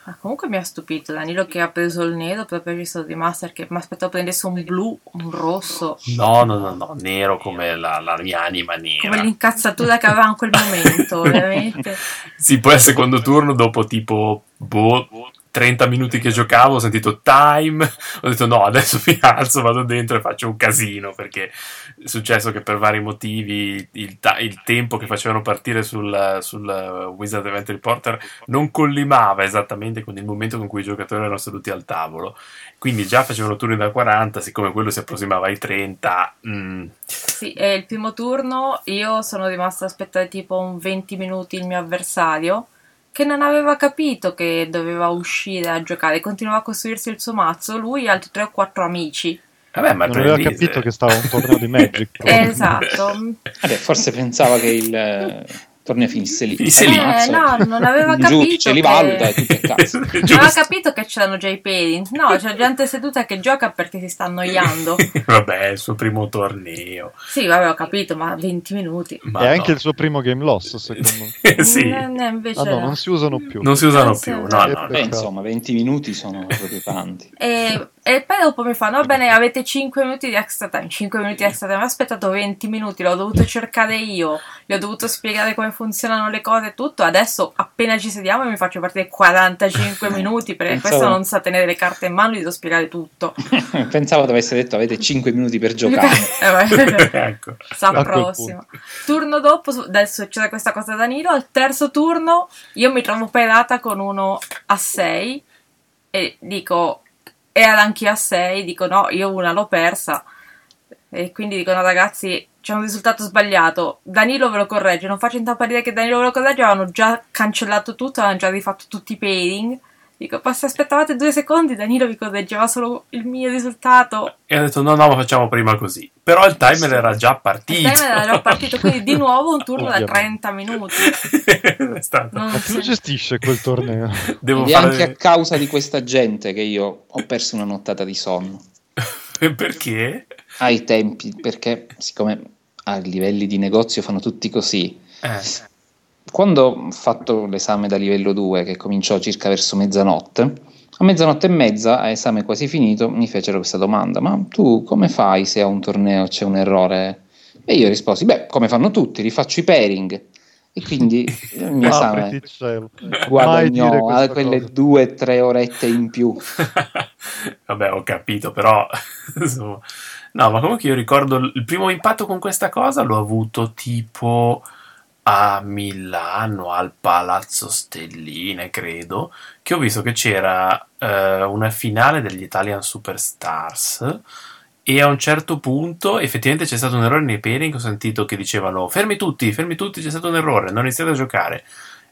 S4: Ma comunque mi ha stupito Danilo che ha preso il nero proprio ci sono rimasta perché mi aspettavo prendesse un blu, un rosso,
S1: No, no, no, no, nero come la, la mia anima nera.
S4: come l'incazzatura che aveva in quel momento, veramente.
S1: Sì, poi al secondo turno, dopo tipo boh, 30 minuti che giocavo, ho sentito time. Ho detto no, adesso mi alzo, vado dentro e faccio un casino. Perché è successo che per vari motivi il, ta- il tempo che facevano partire sul, sul eh, Wizard Event Reporter non collimava esattamente con il momento con cui i giocatori erano seduti al tavolo. Quindi già facevano turni da 40, siccome quello si approssimava ai 30. mm,
S4: Sì, e il primo turno io sono rimasta a aspettare tipo un 20 minuti il mio avversario che non aveva capito che doveva uscire a giocare, continuava a costruirsi il suo mazzo, lui e altri 3 o 4 amici.
S1: Vabbè, ma il
S5: Non aveva
S1: pre-release-
S5: capito che stava un torneo di Magic,
S4: Eh, esatto.
S3: Vabbè, forse pensava che il eh, torneo finisse lì.
S1: Finisse
S3: Il
S1: lì.
S3: mazzo-
S4: Eh, no, non aveva
S3: il giudice
S4: capito
S3: li
S4: che-
S3: valuta e tutto il eh, cazzo.
S4: Non aveva
S1: Giusto.
S4: capito che c'erano già i parent, no, c'è gente seduta che gioca perché si sta annoiando.
S1: Vabbè, è il suo primo torneo.
S4: Sì, vabbè, ho capito, ma 20 minuti.
S1: Ma
S5: E
S1: no.
S5: anche il suo primo game loss, secondo me.
S1: sì,
S4: Mm, eh, invece
S5: Ah no,
S4: no.
S5: non si usano più.
S1: non si usano
S4: Sì.
S1: più. No, no,
S3: Beh,
S1: no.
S3: insomma, 20 minuti sono proprio tanti.
S4: E, e poi dopo mi fanno, va bene, avete 5 minuti di extra time, 5 minuti di extra time, ho aspettato 20 minuti, l'ho dovuto cercare io, gli ho dovuto spiegare come funzionano le cose e tutto, adesso appena ci sediamo mi faccio partire 45 minuti, perché
S3: Pensavo-
S4: questo non sa tenere le carte in mano, gli devo spiegare tutto.
S3: Pensavo ti avesse detto avete 5 minuti per giocare.
S4: Eh, vabbè.
S1: ecco.
S4: Sa
S5: A quel
S4: prossimo. Turno dopo, su- adesso succede questa cosa a Danilo. Al terzo turno io mi trovo pelata con uno a 6 e dico, era anch'io a 6, dico no, io una l'ho persa. E quindi dico no ragazzi, c'è un risultato sbagliato. Danilo ve lo corregge, non faccio in tempo a dire che Danilo ve lo corregge, avevano già cancellato tutto, avevano già rifatto tutti i pairing. Dico, ma se aspettavate due secondi, Danilo vi correggeva solo il mio risultato.
S1: E ha detto: no, no, ma facciamo prima così. Però il timer
S3: Sì.
S1: era già partito.
S4: Il timer era già partito, quindi di nuovo un turno da
S5: Ovviamente.
S4: 30 minuti.
S1: È stato-
S4: Non
S5: Ma chi lo
S4: so.
S5: gestisce quel torneo?
S1: Devo
S3: Ed è anche a
S1: fare.
S3: causa di questa gente che io ho perso una nottata di sonno.
S1: Perché?
S3: Ai tempi, perché siccome a livelli di negozio fanno tutti così,
S1: Eh,
S3: quando ho fatto l'esame da livello 2, che cominciò circa verso mezzanotte, a mezzanotte e mezza, a esame quasi finito, mi fecero questa domanda: Ma tu come fai se a un torneo c'è un errore? E io risposi: Beh, come fanno tutti, rifaccio i pairing. E quindi il mio esame
S5: Apriti il cielo. Mai dire
S3: guadagnò
S5: questa
S3: a quelle
S5: cosa.
S3: due o tre orette in più.
S1: Vabbè, ho capito, però insomma. No, ma comunque io ricordo il primo impatto con questa cosa l'ho avuto tipo a Milano, al Palazzo Stelline, credo, che ho visto che c'era eh, una finale degli Italian Superstars e a un certo punto effettivamente c'è stato un errore nei pairing, ho sentito che dicevano fermi tutti, fermi tutti, c'è stato un errore, non iniziate a giocare.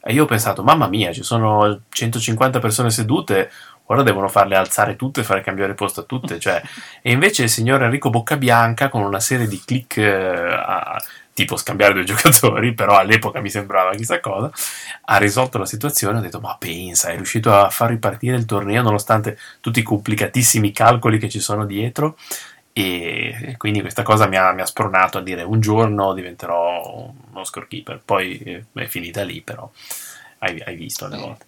S1: E io ho pensato, mamma mia, ci sono 150 persone sedute, ora devono farle alzare tutte e fare cambiare posto a tutte. Cioè. E invece il signor Enrico Boccabianca, con una serie di click eh, a- tipo scambiare due giocatori, però all'epoca mi sembrava chissà cosa, ha risolto la situazione. Ho detto, ma pensa, è riuscito a far ripartire il torneo nonostante tutti i complicatissimi calcoli che ci sono dietro. E e quindi questa cosa mi ha, mi ha spronato a dire un giorno diventerò uno scorekeeper. Poi eh, è finita lì, però hai, hai visto alle
S3: Eh.
S1: volte.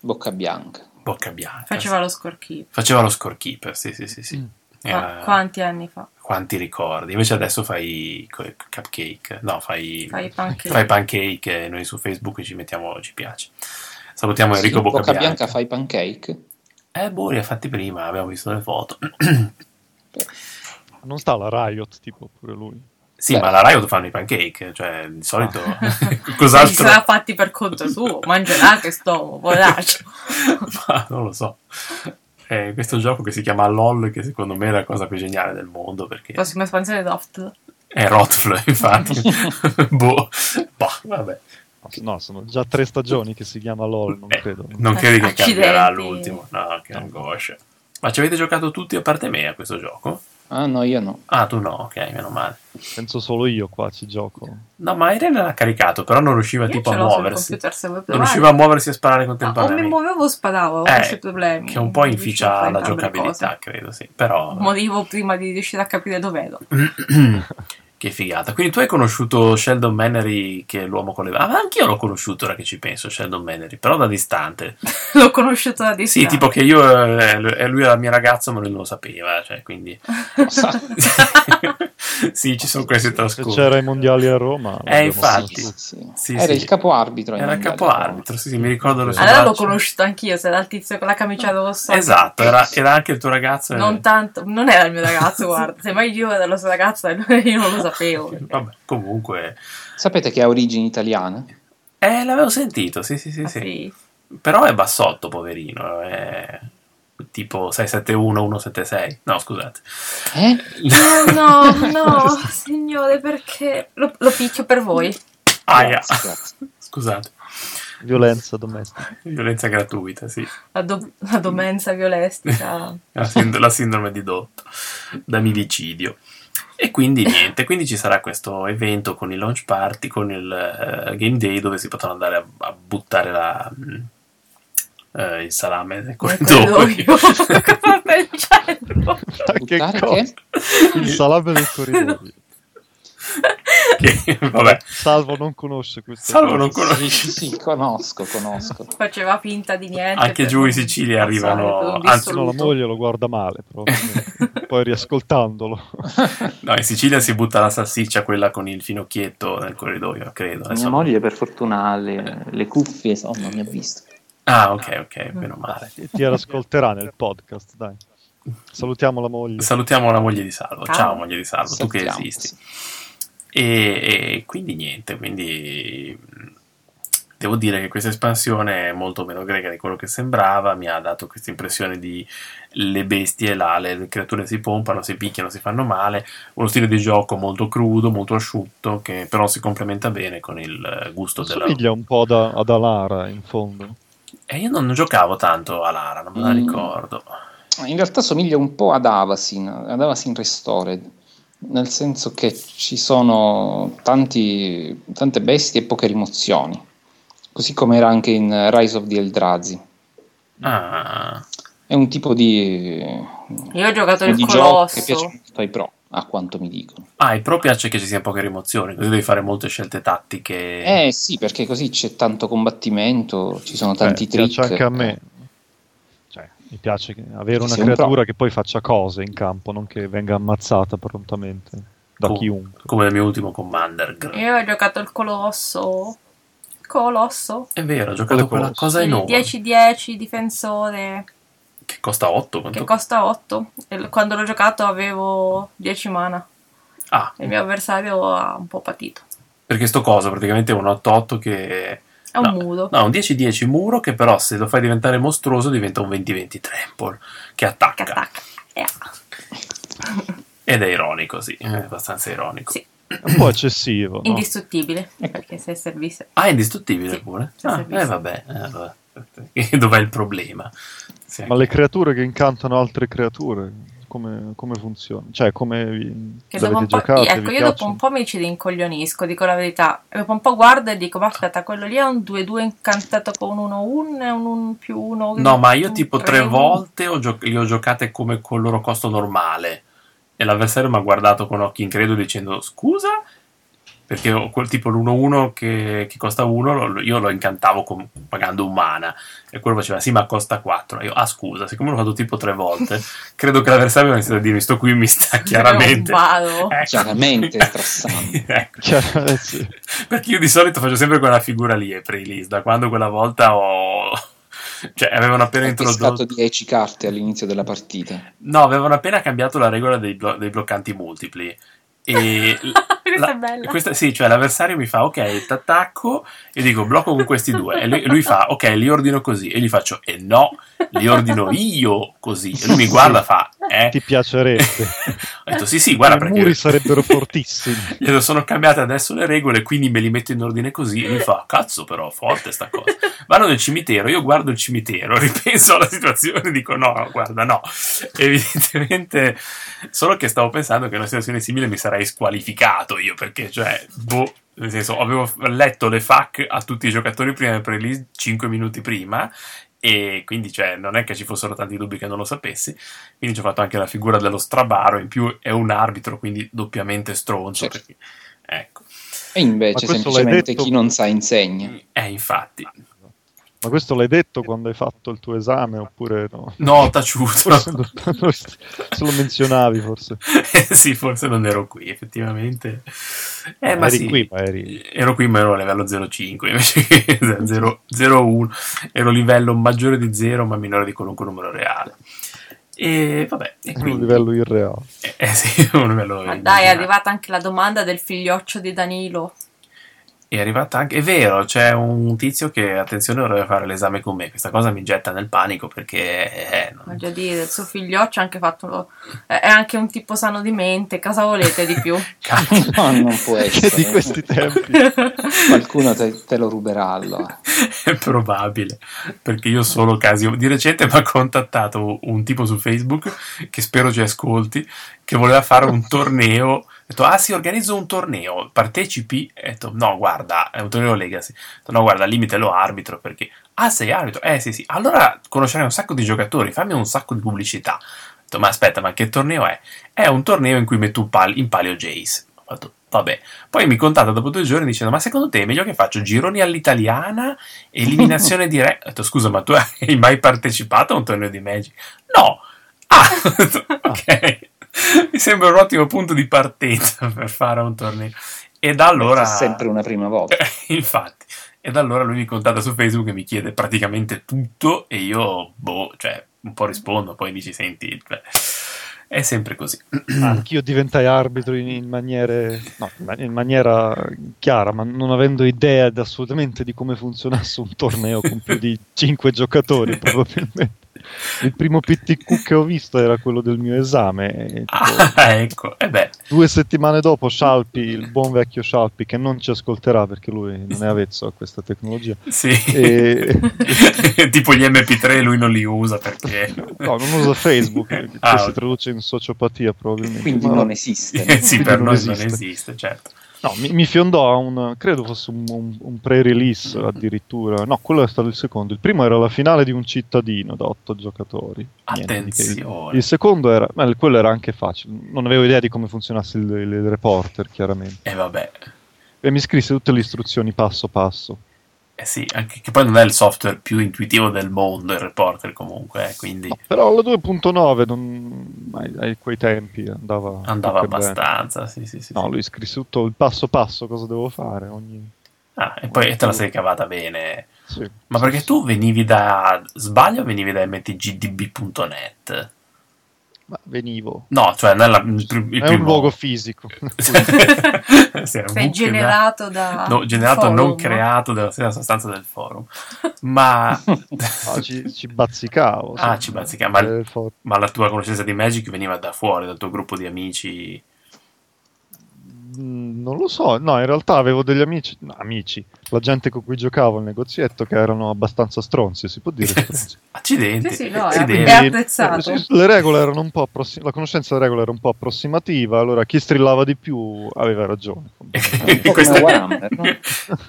S3: Bocca bianca.
S1: Bocca bianca.
S4: Faceva lo scorchino.
S1: Faceva lo scorekeeper, sì, sì, sì. sì.
S5: Mm.
S1: Era-
S4: Ah, quanti anni fa?
S1: Quanti ricordi? Invece adesso fai co- cupcake, no, fai,
S4: Fai i pancake.
S1: fai pancake e noi su Facebook ci mettiamo, ci piace. Salutiamo Enrico
S3: Sì,
S1: Bocca
S3: Bocca
S1: Boccabianca.
S3: bianca fa i pancake.
S1: Eh, boh, li ha fatti prima, abbiamo visto le foto.
S5: Non sta la Riot, tipo, pure lui.
S1: sì,
S3: Beh.
S1: ma alla Riot fanno i pancake, cioè di solito
S4: Li
S1: cos'altro?
S4: sarà fatti per conto suo, mangerà che stomo, poveraccio.
S1: ma non lo so. Eh, questo gioco che si chiama LOL, che secondo me è la cosa più geniale del mondo perché
S4: Prossima espansione Doft.
S1: è Rotflo, infatti. boh, bah, vabbè.
S5: No, sono già tre stagioni che si chiama LOL, Boh, non
S1: Eh,
S5: credo.
S1: Non credi che
S4: Accidenti.
S1: cambierà l'ultimo? No, che angoscia. Ma ci avete giocato tutti a parte me a questo gioco?
S3: Ah no, io no.
S1: Ah, tu no, ok, meno male.
S5: Penso solo io qua ci gioco.
S1: No, ma Irene l'ha caricato, però non riusciva
S4: Io
S1: tipo
S4: ce
S1: a
S4: l'ho sul
S1: muoversi.
S4: computer se vuoi
S1: Non
S4: provare.
S1: riusciva a muoversi e sparare
S4: Ah, o mi
S1: contemporaneamente.
S4: muovevo o sparavo, ho
S1: Eh,
S4: questi problemi.
S1: che un po'
S4: Non riuscivo a
S1: inficia
S4: fare
S1: la
S4: entrambe le
S1: giocabilità,
S4: cose.
S1: credo, sì. Però
S4: Morivo prima di riuscire a capire dov'ero.
S1: che figata. Quindi tu hai conosciuto Sheldon Mannery, che è l'uomo con le... Ah, ma anch'io l'ho conosciuto, ora che ci penso, Sheldon Mannery, però da distante.
S4: L'ho conosciuto da distanza.
S1: Sì, tipo che io eh, l- eh, lui era il mio ragazzo, ma lui non lo sapeva, cioè, quindi sì, ci sono questi
S5: Se
S1: trascorsi.
S5: c'era i mondiali a Roma... l'abbiamo
S1: Eh, infatti.
S5: conosciuto.
S3: Sì.
S1: Sì,
S3: Era
S1: sì.
S3: il capoarbitro. ai
S1: Era il
S3: mondiali.
S1: capoarbitro, sì, sì, mi ricordo le sue
S4: Allora l'ho
S1: braccia.
S4: conosciuto anch'io, se era il tizio con la camicia rossa.
S1: Esatto, era, era anche il tuo ragazzo. eh.
S4: Non tanto, non era il mio ragazzo, guarda. Semmai io ero la sua ragazza e io non lo sapevo.
S1: Vabbè, comunque...
S3: Sapete che ha origini italiane?
S1: Eh, l'avevo sentito, sì, sì, sì,
S4: Ah,
S1: sì.
S4: sì.
S1: Però è bassotto, poverino. È tipo 671-176. No, scusate.
S3: Eh?
S4: No, no, no, signore, perché lo, lo picchio per voi.
S1: Aia,
S3: Grazie, grazie.
S1: scusate.
S5: Violenza domestica.
S1: Violenza gratuita, sì.
S4: La, do- la domenza violestica.
S1: la, sind- la sindrome di Dotto da milicidio. E quindi niente, quindi ci sarà questo evento con il launch party, con il eh, game day dove si potranno andare a, a buttare la, mm, eh, il salame nel corridoio.
S4: Corridoio. Cosa stai dicendo?
S5: Ma che
S3: Buttare
S5: cosa?
S3: che?
S5: Il salame del corridoio.
S1: Che, vabbè,
S5: Salvo non conosce questo.
S1: Salvo non conosce.
S3: Sì, sì, sì, conosco, conosco.
S4: Faceva finta di niente.
S1: anche
S4: per-
S1: giù in Sicilia arrivano,
S4: Salvo,
S1: anzi
S5: No, la moglie lo guarda male, probabilmente. Poi riascoltandolo.
S1: no, in Sicilia si butta la salsiccia quella con il finocchietto nel corridoio, credo.
S3: Mia
S1: adesso-
S3: moglie per fortuna ha le, le cuffie, so, non mi ha visto.
S1: Ah, ok, ok, meno
S3: Ah,
S1: male.
S5: E ti ascolterà nel podcast, dai. Salutiamo la moglie.
S4: Esatto,
S1: Salutiamo la moglie di Salvo. Ciao,
S4: Ciao.
S1: moglie di Salvo, tu che
S3: Salutiamo,
S1: esisti.
S3: sì.
S1: E, e quindi niente, quindi mh, devo dire che questa espansione è molto meno greca di quello che sembrava, mi ha dato questa impressione di le bestie là, le creature si pompano, si picchiano, si fanno male, uno stile di gioco molto crudo, molto asciutto, che però si complementa bene con il eh, gusto della...
S5: Somiglia un po' da- ad Alara, in fondo.
S1: E io non giocavo tanto a Lara, non me la
S3: Mm.
S1: ricordo.
S3: In realtà somiglia un po' ad Avasin, ad Avasin Restored, nel senso che ci sono tanti- tante bestie e poche rimozioni, così come era anche in Rise of the Eldrazi.
S1: Ah,
S3: È un tipo di,
S4: Io ho giocato
S3: di
S4: il
S3: gioco che
S4: colosso.
S3: piace molto ai pro, a quanto mi dicono.
S1: Ah, e però piace che ci siano poche rimozioni, così devi fare molte scelte tattiche.
S3: Eh sì, perché così c'è tanto combattimento, ci sono tanti
S5: Beh,
S3: trick. Eh.
S5: Eh, piace anche a me. Cioè, mi piace che- avere una
S3: Sì, un pro.
S5: creatura che poi faccia cose in campo, non che venga ammazzata prontamente da
S1: Com-
S5: chiunque.
S1: Come il mio ultimo Commander. Gr-
S4: Io ho giocato il colosso. Colosso?
S1: È vero, ho giocato
S5: Con le
S1: quella
S5: cose.
S1: cosa
S4: Il
S1: enorme
S4: 10-10 difensore
S1: che costa 8. Quanto...
S4: che costa 8. E l- quando l'ho giocato avevo 10 mana
S1: ah,
S4: Eh, e il mio avversario ha un po' patito.
S1: Perché sto coso praticamente è un 8-8 che...
S4: È un
S1: no,
S4: muro.
S1: No, un 10-10 muro che però se lo fai diventare mostruoso diventa un 20-20 trample, che Boh.
S4: Che
S1: attacca.
S4: attacca. Eh,
S1: Ed è ironico, sì, è abbastanza ironico.
S4: Sì.
S5: È un po' eccessivo. no?
S4: Indistruttibile. Perché se servisse.
S1: Eh. Ah, è indistruttibile
S4: Sì,
S1: pure?
S4: sì,
S1: Ah,
S4: sì, sì.
S1: eh, vabbè, eh, allora, dov'è il problema? Sì,
S5: Ma le creature che incantano altre creature, come, come funziona? Cioè, come vi,
S4: Che dopo
S5: l'avete
S4: un po',
S5: giocate?
S4: ecco,
S5: vi
S4: io dopo
S5: piacciono?
S4: un po' mi ci rincoglionisco, dico la verità. Dopo un po' guardo e dico, ma aspetta, quello lì è un 2-2 incantato con un 1-1 e un 1 più 1.
S1: No, ma io tipo tre volte ho gio- le ho giocate come col loro costo normale e l'avversario mi ha guardato con occhi incredulo dicendo scusa? Perché ho quel tipo l'1-1 che, che costa 1, io lo incantavo con- pagando un mana e quello faceva sì ma costa 4. Io, ah scusa, siccome l'ho fatto tipo tre volte, credo che l'avversario mi iniziato a dirmi sto qui mi sta chiaramente...
S4: vado.
S1: Ecco.
S3: Chiaramente strassando.
S1: Ecco.
S5: Chiaro, eh, sì.
S1: Perché io di solito faccio sempre quella figura lì e pre-list, da quando quella volta ho... Cioè, avevano appena
S3: Ho pescato
S1: introdotto...
S3: 10 carte all'inizio della partita.
S1: No, avevano appena cambiato la regola dei, blo- dei bloccanti multipli. E l-
S4: Questa
S1: la-
S4: è bella.
S1: questa- sì, cioè l'avversario mi fa ok, t'attacco e dico blocco con questi due. E lui, e lui fa ok, li ordino così. E gli faccio e no, li ordino io così. E lui mi guarda e fa eh.
S5: Ti piacerebbe.
S1: Ho detto sì, sì, guarda
S5: I
S1: perché.
S5: muri sarebbero fortissimi.
S1: Glielo sono cambiate adesso le regole, quindi me li metto in ordine così. E lui fa: Cazzo, però, forte sta cosa. Vanno nel cimitero, io guardo il cimitero, ripenso alla situazione e dico: No, guarda, no. Evidentemente, solo che stavo pensando che in una situazione simile mi sarei squalificato io, perché, cioè, boh. Nel senso, avevo letto le FAC a tutti i giocatori prima del release 5 minuti prima, e quindi cioè, non è che ci fossero tanti dubbi che non lo sapessi. Quindi ci ho fatto anche la figura dello strabaro, in più è un arbitro, quindi doppiamente stronzo.
S3: Certo.
S1: perché- Ecco.
S3: E invece
S5: Ma questo l'hai
S3: semplicemente
S5: detto?
S3: chi non sa insegna.
S1: Eh, infatti.
S5: Ma questo l'hai detto quando hai fatto il tuo esame, oppure no?
S1: Eh. No, ho taciuto.
S5: Forse lo, lo- se lo menzionavi, forse.
S1: Eh, sì, forse non ero qui, effettivamente. Eh, ma
S5: Ah, eri
S1: sì.
S5: qui, ma eri...
S1: Ero qui, ma ero a livello 0,5 invece che 0- 0,1. Ero livello maggiore di 0, ma minore di qualunque numero reale. E vabbè, e
S5: eri un
S1: quindi-
S5: livello irreale.
S1: Eh, eh, sì, un livello.
S4: Ma dai, è
S1: immaginabile.
S4: arrivata anche la domanda del figlioccio di Danilo.
S1: È arrivata anche. È vero, c'è un tizio che, attenzione, dovrebbe fare l'esame con me. Questa cosa mi getta nel panico perché. eh, non-
S4: Voglio dire, il suo figlioccio ha anche fatto. È è anche un tipo sano di mente, cosa volete di più?
S1: Cazzo.
S3: No, non può
S1: Eh,
S5: Che
S3: essere.
S5: di questi tempi.
S3: Qualcuno te, te lo ruberà allora.
S1: È probabile, perché io solo casi. Di recente mi ha contattato un tipo su Facebook, che spero ci ascolti, che voleva fare un torneo. Ho detto, ah sì, organizzo un torneo, partecipi. Ho detto, no, guarda, è un torneo Legacy. Ho detto, no, guarda, limite lo arbitro, perché... Ah, sei arbitro? Eh sì sì, allora conoscerai un sacco di giocatori, fammi un sacco di pubblicità. Ho detto, ma aspetta, ma che torneo è? È un torneo in cui metto un pal- in palio Jace. Ho fatto, vabbè. Poi mi contatta dopo due giorni dicendo, ma secondo te è meglio che faccio gironi all'italiana Eliminazione diretta. Ho detto, scusa, ma tu hai mai partecipato a un torneo di Magic? No. Ah, ho detto, ok. Mi sembra un ottimo punto di partenza per fare un torneo. E da allora...
S3: È sempre una prima volta.
S5: Eh,
S1: Infatti. E da allora lui mi contatta su Facebook e mi chiede praticamente tutto e io, boh, cioè, un po' rispondo, poi dici, senti, cioè, è sempre così.
S5: Ah, Anch'io diventai arbitro in, in maniere- no, in man- in maniera chiara, ma non avendo idea d- assolutamente di come funzionasse un torneo con più di 5 giocatori, probabilmente. Il primo PTQ che ho visto era quello del mio esame. e, tipo,
S1: Ah, ecco. E beh,
S5: Due settimane dopo, Scialpi, il buon vecchio Scialpi, che non ci ascolterà perché lui non è avvezzo a questa tecnologia,
S1: sì.
S5: E-
S1: tipo gli MP3 lui non li usa perché...
S5: no, non usa Facebook, che
S1: Ah,
S5: si
S1: ok.
S5: traduce in sociopatia probabilmente.
S3: Quindi
S5: ma-
S3: non esiste.
S1: Eh, sì, per
S5: Non
S1: noi
S5: esiste.
S1: non esiste, certo.
S5: No, mi, mi fiondò a un, credo fosse un, un- un pre-release
S1: Mm-hmm.
S5: addirittura, no, quello è stato il secondo, il primo era la finale di un cittadino da otto giocatori. Niente di che.
S1: Attenzione.
S5: Il secondo era, ma il- quello era anche facile, non avevo idea di come funzionasse il, il reporter chiaramente,
S1: E Eh, vabbè,
S5: e mi scrisse tutte le istruzioni passo passo.
S1: eh sì, anche che poi non è il software più intuitivo del mondo, il reporter comunque, eh, quindi
S5: No, però la 2.9 non, ai, ai quei tempi andava,
S1: andava
S5: tutto bene.
S1: abbastanza. Sì, sì, sì,
S5: No,
S1: sì.
S5: lui scrisse tutto il passo passo cosa devo fare. Ogni...
S1: Ah, e poi te la sei cavata bene.
S5: sì.
S1: Ma
S5: Sì,
S1: perché
S5: sì.
S1: tu venivi da... sbaglio, venivi da mtgdb.net?
S5: Ma venivo.
S1: No, cioè nella, il, pr- il
S5: È un
S1: primo-
S5: luogo fisico.
S1: Sì, è un
S4: Sei
S1: buco
S4: Cioè, generato da.
S1: no, generato non
S4: forum.
S1: creato dalla stessa sostanza del forum. Ma,
S5: Ah, ci, ci bazzicavo.
S1: Ah,
S5: insomma.
S1: ci bazzica- ma-
S5: Eh, fo-
S1: ma la tua conoscenza di Magic veniva da fuori, dal tuo gruppo di amici.
S5: Mm, Non lo so, no, in realtà avevo degli amici, no, amici, la gente con cui giocavo al negozietto che erano abbastanza stronzi, si può dire stronzi.
S1: Accidenti,
S4: Sì, sì, no,
S1: si
S4: era-
S1: deve.
S4: è apprezzato.
S5: eh, sì, Le regole erano un po' approssi- la conoscenza delle regole era un po' approssimativa, allora chi strillava di più aveva ragione.
S1: Eh,
S3: po'
S1: Questo-
S3: come Warhammer, no?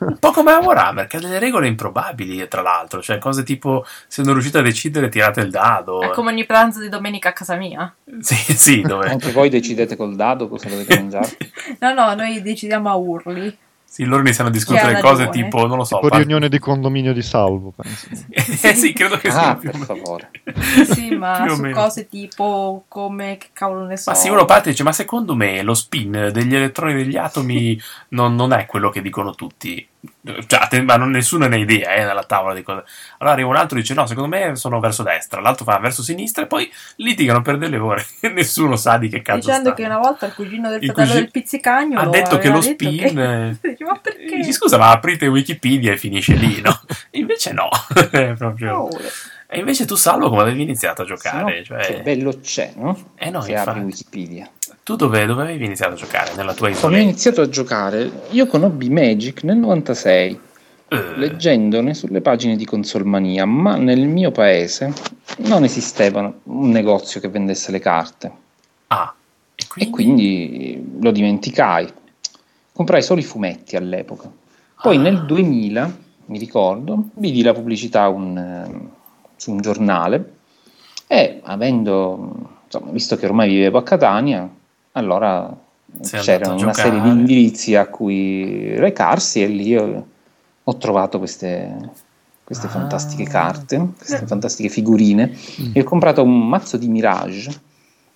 S1: un po' come a Warhammer che ha delle regole improbabili tra l'altro cioè cose tipo se non riuscite a decidere tirate il dado
S4: È come ogni pranzo di domenica a casa mia.
S1: sì sì dove
S3: Anche voi decidete col dado cosa dovete mangiare.
S4: No, no, noi decidiamo a urli.
S1: sì loro iniziano a
S4: Chi ha
S1: discutere
S4: la
S1: cose
S4: ragione?
S1: tipo non lo so
S5: Tipo
S1: par-
S5: riunione di condominio di salvo, penso.
S1: Eh, sì credo che sia
S3: Ah,
S1: più o
S3: per
S1: meno.
S3: favore.
S4: Sì, ma
S1: Più o
S4: su
S1: meno.
S4: cose tipo come che cavolo ne so.
S1: ma se uno parte e dice ma secondo me lo spin degli elettroni degli atomi non, non è quello che dicono tutti cioè, atten- ma non, nessuno ne ha idea eh, nella tavola di cosa allora arriva un altro e dice no secondo me sono verso destra l'altro fa verso sinistra e poi litigano per delle ore nessuno sa di che cazzo
S4: Dicendo
S1: stanno.
S4: che una volta il cugino del
S1: Il
S4: fratello
S1: cugi-
S4: del pizzicagno
S1: ha
S4: lo
S1: detto che
S4: aveva
S1: lo
S4: detto
S1: spin
S4: che-
S1: eh,
S4: Dici, ma perché?
S1: Dici, scusa, ma aprite Wikipedia e finisce lì, no? Invece no. È proprio-
S4: Cavolo.
S1: E invece tu, Salvo, come avevi iniziato a
S3: Se
S1: giocare?
S3: no, Che
S1: Cioè,
S3: bello c'è, no?
S1: Eh no,
S3: Se
S1: infatti.
S3: apri Wikipedia.
S1: tu dove, dove avevi iniziato a giocare? Nella tua
S3: Quando ho
S1: isoletta?
S3: iniziato a giocare, io conobbi Magic nel 96,
S1: Eh,
S3: leggendone sulle pagine di Consolmania, ma nel mio paese non esisteva un negozio che vendesse le carte.
S1: ah, e
S3: E
S1: quindi?
S3: quindi lo dimenticai. Comprai solo i fumetti all'epoca. Poi
S1: Ah.
S3: nel 2000, mi ricordo, vidi la pubblicità a un, eh, su un giornale e avendo, insomma, visto che ormai vivevo a Catania, allora
S1: Sei
S3: c'era
S1: andato a
S3: una serie di
S1: giocare.
S3: indirizzi a cui recarsi e lì ho, ho trovato queste, queste
S1: Ah.
S3: fantastiche carte, queste fantastiche figurine e ho comprato un mazzo di Mirage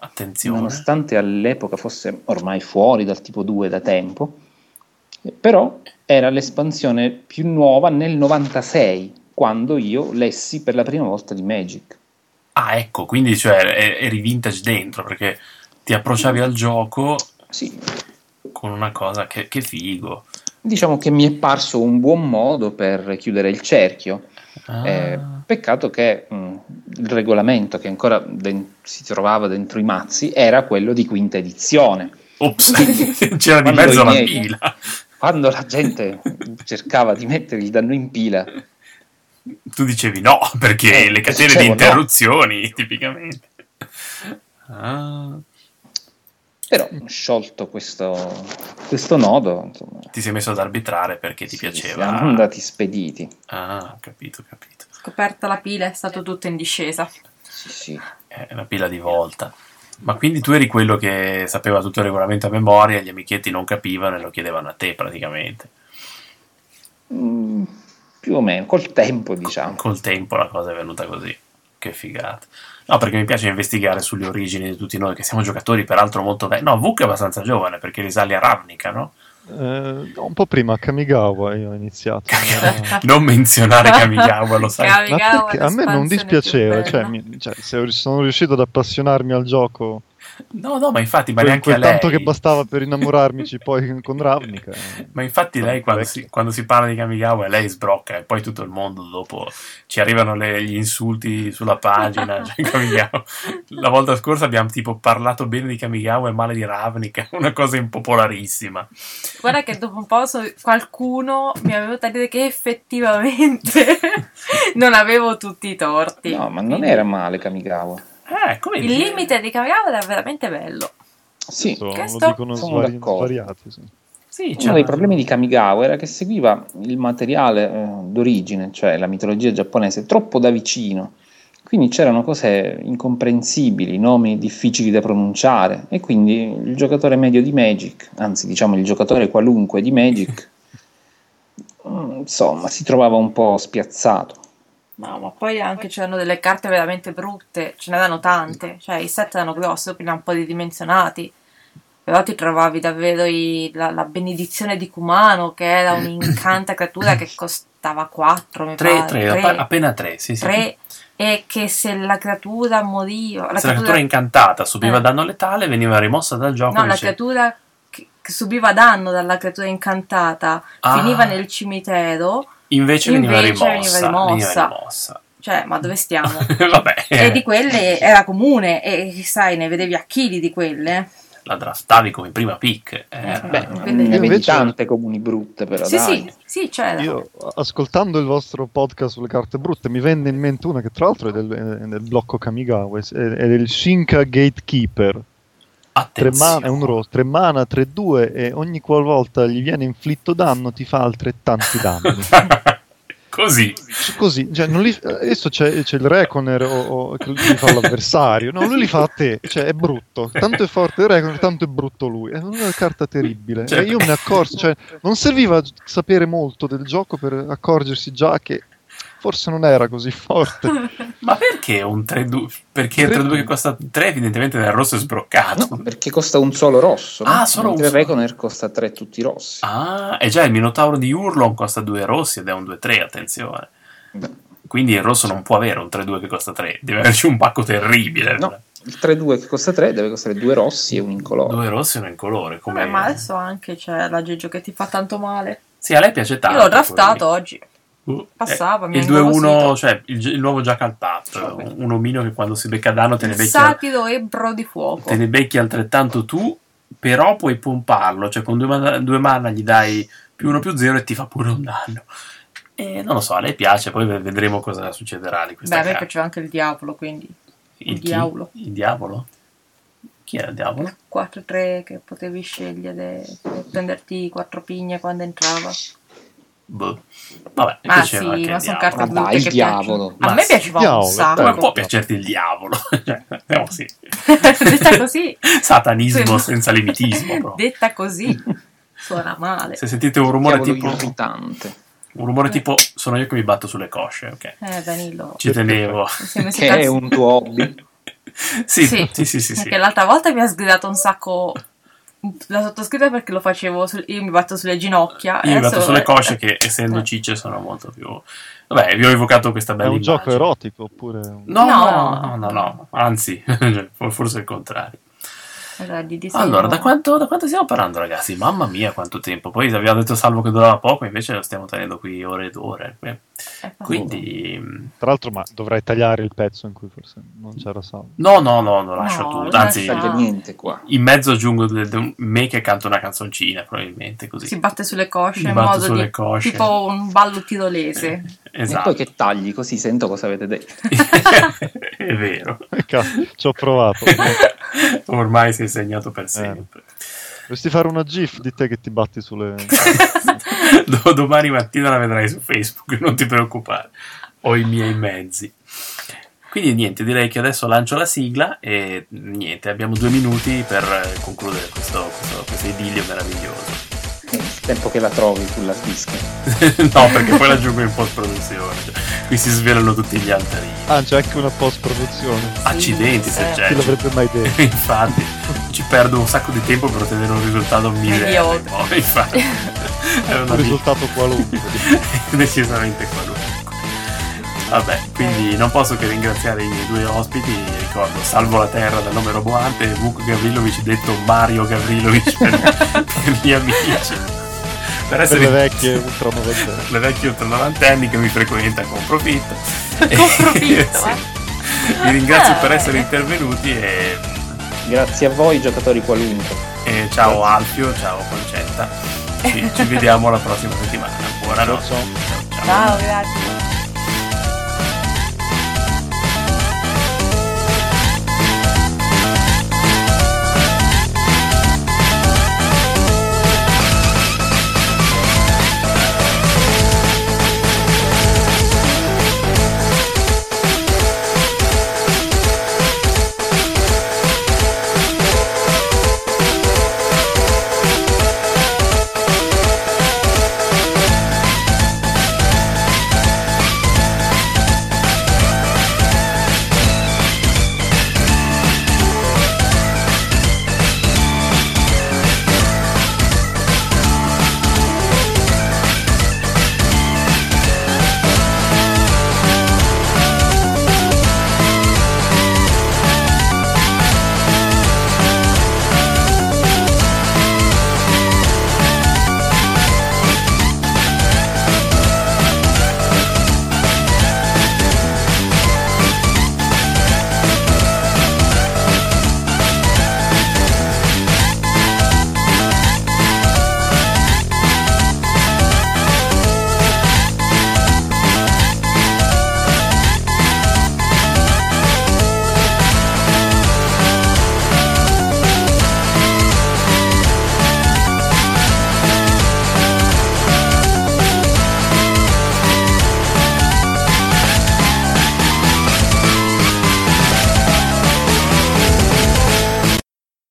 S1: Attenzione.
S3: nonostante all'epoca fosse ormai fuori dal tipo 2 da tempo, eh, però era l'espansione più nuova nel 96, quando io lessi per la prima volta di Magic.
S1: Ah, ecco, quindi cioè, e- eri vintage dentro, perché ti approcciavi al gioco
S3: Sì,
S1: con una cosa che, che figo.
S3: diciamo che mi è parso un buon modo per chiudere il cerchio.
S1: Ah,
S3: Eh, peccato che mh, il regolamento che ancora den- si trovava dentro i mazzi era quello di quinta edizione.
S1: Ops, c'era di
S3: Quando
S1: mezzo
S3: i
S1: la
S3: miei-
S1: pila.
S3: Quando la gente cercava di mettere il danno in pila,
S1: Tu dicevi no, perché
S3: Eh,
S1: le catene
S3: dicevo
S1: di
S3: no.
S1: interruzioni, tipicamente. Ah,
S3: Però sciolto questo, questo nodo, insomma,
S1: ti sei messo ad arbitrare perché ti
S3: sì,
S1: piaceva.
S3: Siamo andati spediti.
S1: Ah, ho capito, ho capito.
S4: Scoperta la pila è stato tutto in discesa.
S3: Sì, sì.
S1: È una pila di volta. Ma quindi tu eri quello che sapeva tutto il regolamento a memoria, gli amichetti non capivano e lo chiedevano a te praticamente.
S3: Mm, più o meno, col tempo diciamo.
S1: Col tempo la cosa è venuta così. Che figata. No, perché mi piace investigare sulle origini di tutti noi, che siamo giocatori peraltro molto vecchi. No, Vuk è abbastanza giovane perché risale a Ravnica, no?
S5: Eh, no, un po' prima a Kamigawa io ho iniziato. Eh,
S1: Non menzionare Kamigawa, lo sai.
S5: Ma
S4: Kamigawa
S5: perché
S4: è
S5: a me non
S4: l'espansione
S5: dispiaceva,
S4: più
S5: cioè,
S4: bella.
S5: mi- cioè, se sono riuscito ad appassionarmi al gioco
S1: No, no, ma infatti, ma
S5: quel,
S1: neanche
S5: quel
S1: a lei.
S5: tanto che bastava per innamorarmici poi con Ravnica. eh.
S1: Ma infatti
S5: Sono
S1: lei quando
S5: vecchio.
S1: si, quando si parla di Kamigawa lei sbrocca e poi tutto il mondo dopo ci arrivano le- gli insulti sulla pagina. cioè, Kamigawa. La volta scorsa abbiamo tipo parlato bene di Kamigawa e male di Ravnica, una cosa impopolarissima.
S4: Guarda che dopo un po' so- qualcuno mi aveva venuto a dire che effettivamente non avevo tutti i torti.
S3: No, ma non era male Kamigawa.
S1: Eh, come
S4: Il
S1: dire?
S4: limite di Kamigawa era veramente bello.
S3: Sì,
S5: Adesso
S4: questo
S5: lo dicono
S3: sono
S5: svari-
S3: d'accordo.
S5: svariati. sì.
S1: Sì, c'è
S3: uno dei problemi di Kamigawa era che seguiva il materiale eh, d'origine, cioè la mitologia giapponese, troppo da vicino. Quindi c'erano cose incomprensibili, nomi difficili da pronunciare e quindi il giocatore medio di Magic, anzi diciamo il giocatore qualunque di Magic, mm, insomma si trovava un po' spiazzato.
S4: No, ma poi anche c'erano delle carte veramente brutte, ce ne erano tante, cioè i set erano grossi, prima un po' ridimensionati, però ti trovavi davvero i- la, la benedizione di Kumano, che era un'incanta creatura che costava 4, mi
S1: Tre,
S4: pare,
S1: tre,
S4: Ah, tre,
S1: app- appena tre, sì, sì.
S4: tre, e che se la creatura moriva...
S1: Se la creatura incantata subiva
S4: Eh.
S1: danno letale, veniva rimossa dal gioco.
S4: No, la
S1: invece-
S4: creatura che, che subiva danno dalla creatura incantata
S1: Ah.
S4: finiva nel cimitero,
S1: invece, veniva
S4: invece veniva
S1: rimossa.
S4: rimossa.
S1: Veniva rimossa.
S4: cioè, ma dove stiamo?
S1: Vabbè,
S4: e di quelle era comune, e sai, ne vedevi a chili di quelle.
S1: la draftavi come prima pick. eh, era-
S3: Beh,
S4: Quindi-
S3: ne vedi
S5: Invece-
S3: tante comuni brutte, però.
S4: Sì,
S3: dai.
S4: sì, sì, c'era.
S5: Io, ascoltando il vostro podcast sulle carte brutte, mi venne in mente una che tra l'altro è del, è del blocco Kamigawa, è, è del Shinka Gatekeeper. Tre
S1: Attenzione.
S5: mana, è un rosso, 3 mana, 3-2 e ogni qualvolta gli viene inflitto danno ti fa altrettanti danni.
S1: Così.
S5: Così, cioè, non li- adesso c'è, c'è il Reconer o, o che li fa l'avversario, no, lui li fa a te, cioè è brutto, tanto è forte il Reconer, tanto è brutto lui, è una carta terribile.
S1: Cioè-
S5: E io me ne accorso, cioè, non serviva sapere molto del gioco per accorgersi già che forse non era così forte.
S1: Ma perché un 3-2? Perché il 3-2 che costa 3 evidentemente nel rosso è sbroccato.
S3: Ah, No, perché costa un solo rosso.
S1: Ah,
S3: no?
S1: solo
S3: Mentre
S1: un solo.
S3: Reconer costa tre tutti rossi.
S1: Ah, e già il Minotauro di Urlon costa 2 rossi ed è un 2-3, attenzione. Quindi il rosso non può avere un 3-2 che costa 3, deve averci un pacco terribile.
S3: No, il 3-2 che costa 3 deve costare due rossi e un incolore.
S1: Due rossi e uno in colore. Come...
S4: Vabbè, ma adesso anche c'è la Geggio che ti fa tanto male.
S1: Sì, a lei piace tanto.
S4: Io l'ho draftato oggi.
S1: quindi. Uh,
S4: passava,
S1: eh,
S4: mi Cioè, ha
S1: Il 2-1,
S4: ingolosito.
S1: cioè il, il nuovo Jackal Tat,
S3: Vabbè.
S1: un, un omino che quando si becca danno te ne becchia,
S4: Satiro e bro di fuoco.
S1: te ne becchi altrettanto tu, però puoi pomparlo, cioè con due mana, due mana gli dai più 1 più 0 e ti fa pure un danno. E non lo so, a lei piace, poi vedremo cosa succederà di
S4: Beh,
S1: questa
S4: a me
S1: carta.
S4: piaceva anche il diavolo, quindi il
S1: chi?
S4: diavolo.
S1: Il diavolo? Chi era il diavolo?
S4: 4-3 che potevi scegliere per prenderti 4 pigne quando entrava.
S1: Boh. Vabbè, mi
S4: Ma
S1: piaceva anche
S4: Ah, sì,
S1: il diavolo.
S4: ma sono carte
S3: Ma
S4: brutte
S3: dai, il
S4: che
S3: diavolo.
S4: piacciono. A
S1: Ma
S4: me
S1: sì,
S4: piaceva
S5: diavolo,
S4: un sacco.
S1: Come
S5: dai.
S1: può piacerti il diavolo? cioè, andiamo sì.
S4: Detta così.
S1: Satanismo senza limitismo. proprio.
S4: Detta così. Suona male.
S1: Se sentite un rumore
S3: Diavolo
S1: tipo.
S3: irritante.
S1: Un rumore tipo. Sono io che mi batto sulle cosce, ok?
S4: Eh, Danilo.
S1: Ci tenevo.
S4: mi sei messo
S3: Che
S4: cazzo-
S3: è un tuo hobby.
S1: Sì, sì, sì, sì. sì.
S4: Perché l'altra volta mi ha sgridato un sacco la sottoscritta perché lo facevo, sul- io mi batto sulle ginocchia.
S1: Io mi
S4: adesso- eh,
S1: batto sulle cosce che, essendo cicce, sono molto più. Vabbè, vi ho evocato questa
S5: È
S1: bella
S5: un gioco
S1: immagine.
S5: erotico oppure...
S1: No, no,
S4: No.
S1: no, no, no. anzi, forse il contrario.
S4: Allora, di- di- sì,
S1: Allora,
S4: no.
S1: da quanto, da quanto stiamo parlando, ragazzi? Mamma mia, quanto tempo! Poi abbiamo detto salvo che durava poco, invece lo stiamo tenendo qui ore ed ore. Eh,
S4: Eh, fa-
S1: Quindi, mh,
S5: Tra l'altro, ma dovrai tagliare il pezzo in cui forse non c'era salvo.
S1: no, no, no, lo lascio
S4: No,
S1: tu.
S4: lo
S1: Anzi,
S4: lascia.
S3: Taglia niente qua.
S1: in mezzo aggiungo de- de- me che canto una canzoncina, probabilmente così.
S4: Si batte sulle cosce
S1: Mi
S4: in
S1: batto
S4: modo
S1: sulle
S4: di,
S1: cosce.
S4: tipo un ballo tirolese.
S3: E
S1: Esatto,
S3: poi che tagli così sento cosa avete detto.
S1: è vero.
S5: Eh, Cazzo, ci ho provato.
S1: Ormai si è segnato
S5: Eh.
S1: per sempre.
S5: Dovresti fare una GIF di te che ti batti sulle...
S1: Do- domani mattina la vedrai su Facebook, non ti preoccupare, ho i miei mezzi. Quindi niente, direi che adesso lancio la sigla e niente, abbiamo due minuti per eh, concludere questo, questo, questo idillio meraviglioso.
S3: Il tempo che la trovi sulla disca.
S1: no, perché poi la aggiungo in post-produzione, cioè, qui si svelano tutti gli altarini.
S5: Ah, c'è anche una post-produzione.
S1: Accidenti se
S4: eh.
S1: c'è.
S5: Chi l'avrebbe mai detto?
S1: infatti ci perdo un sacco di tempo per ottenere un risultato migliore
S4: Mediocre.
S1: infatti è una
S5: un risultato qualunque.
S1: vita decisamente qualunque vabbè
S4: Eh.
S1: quindi non posso che ringraziare i miei due ospiti ricordo Salvo la Terra dal nome roboante e Vuk Gavrilovic detto Mario Gavrilovic per, per gli amici per
S5: per
S1: essere
S5: le vecchie ultra novantenne.
S1: le vecchie ultranovantenni che mi frequenta con profitto.
S4: Con profitto,
S1: Sì.
S4: eh.
S1: Vi ringrazio
S4: Ah,
S1: per
S4: eh.
S1: essere intervenuti e,
S3: Grazie a voi giocatori qualunque.
S1: e ciao Alfio, ciao Concetta. Ci, ci vediamo la prossima settimana. Buonanotte.
S5: Ciao, ciao.
S1: Ciao, ciao.
S4: Ciao, grazie.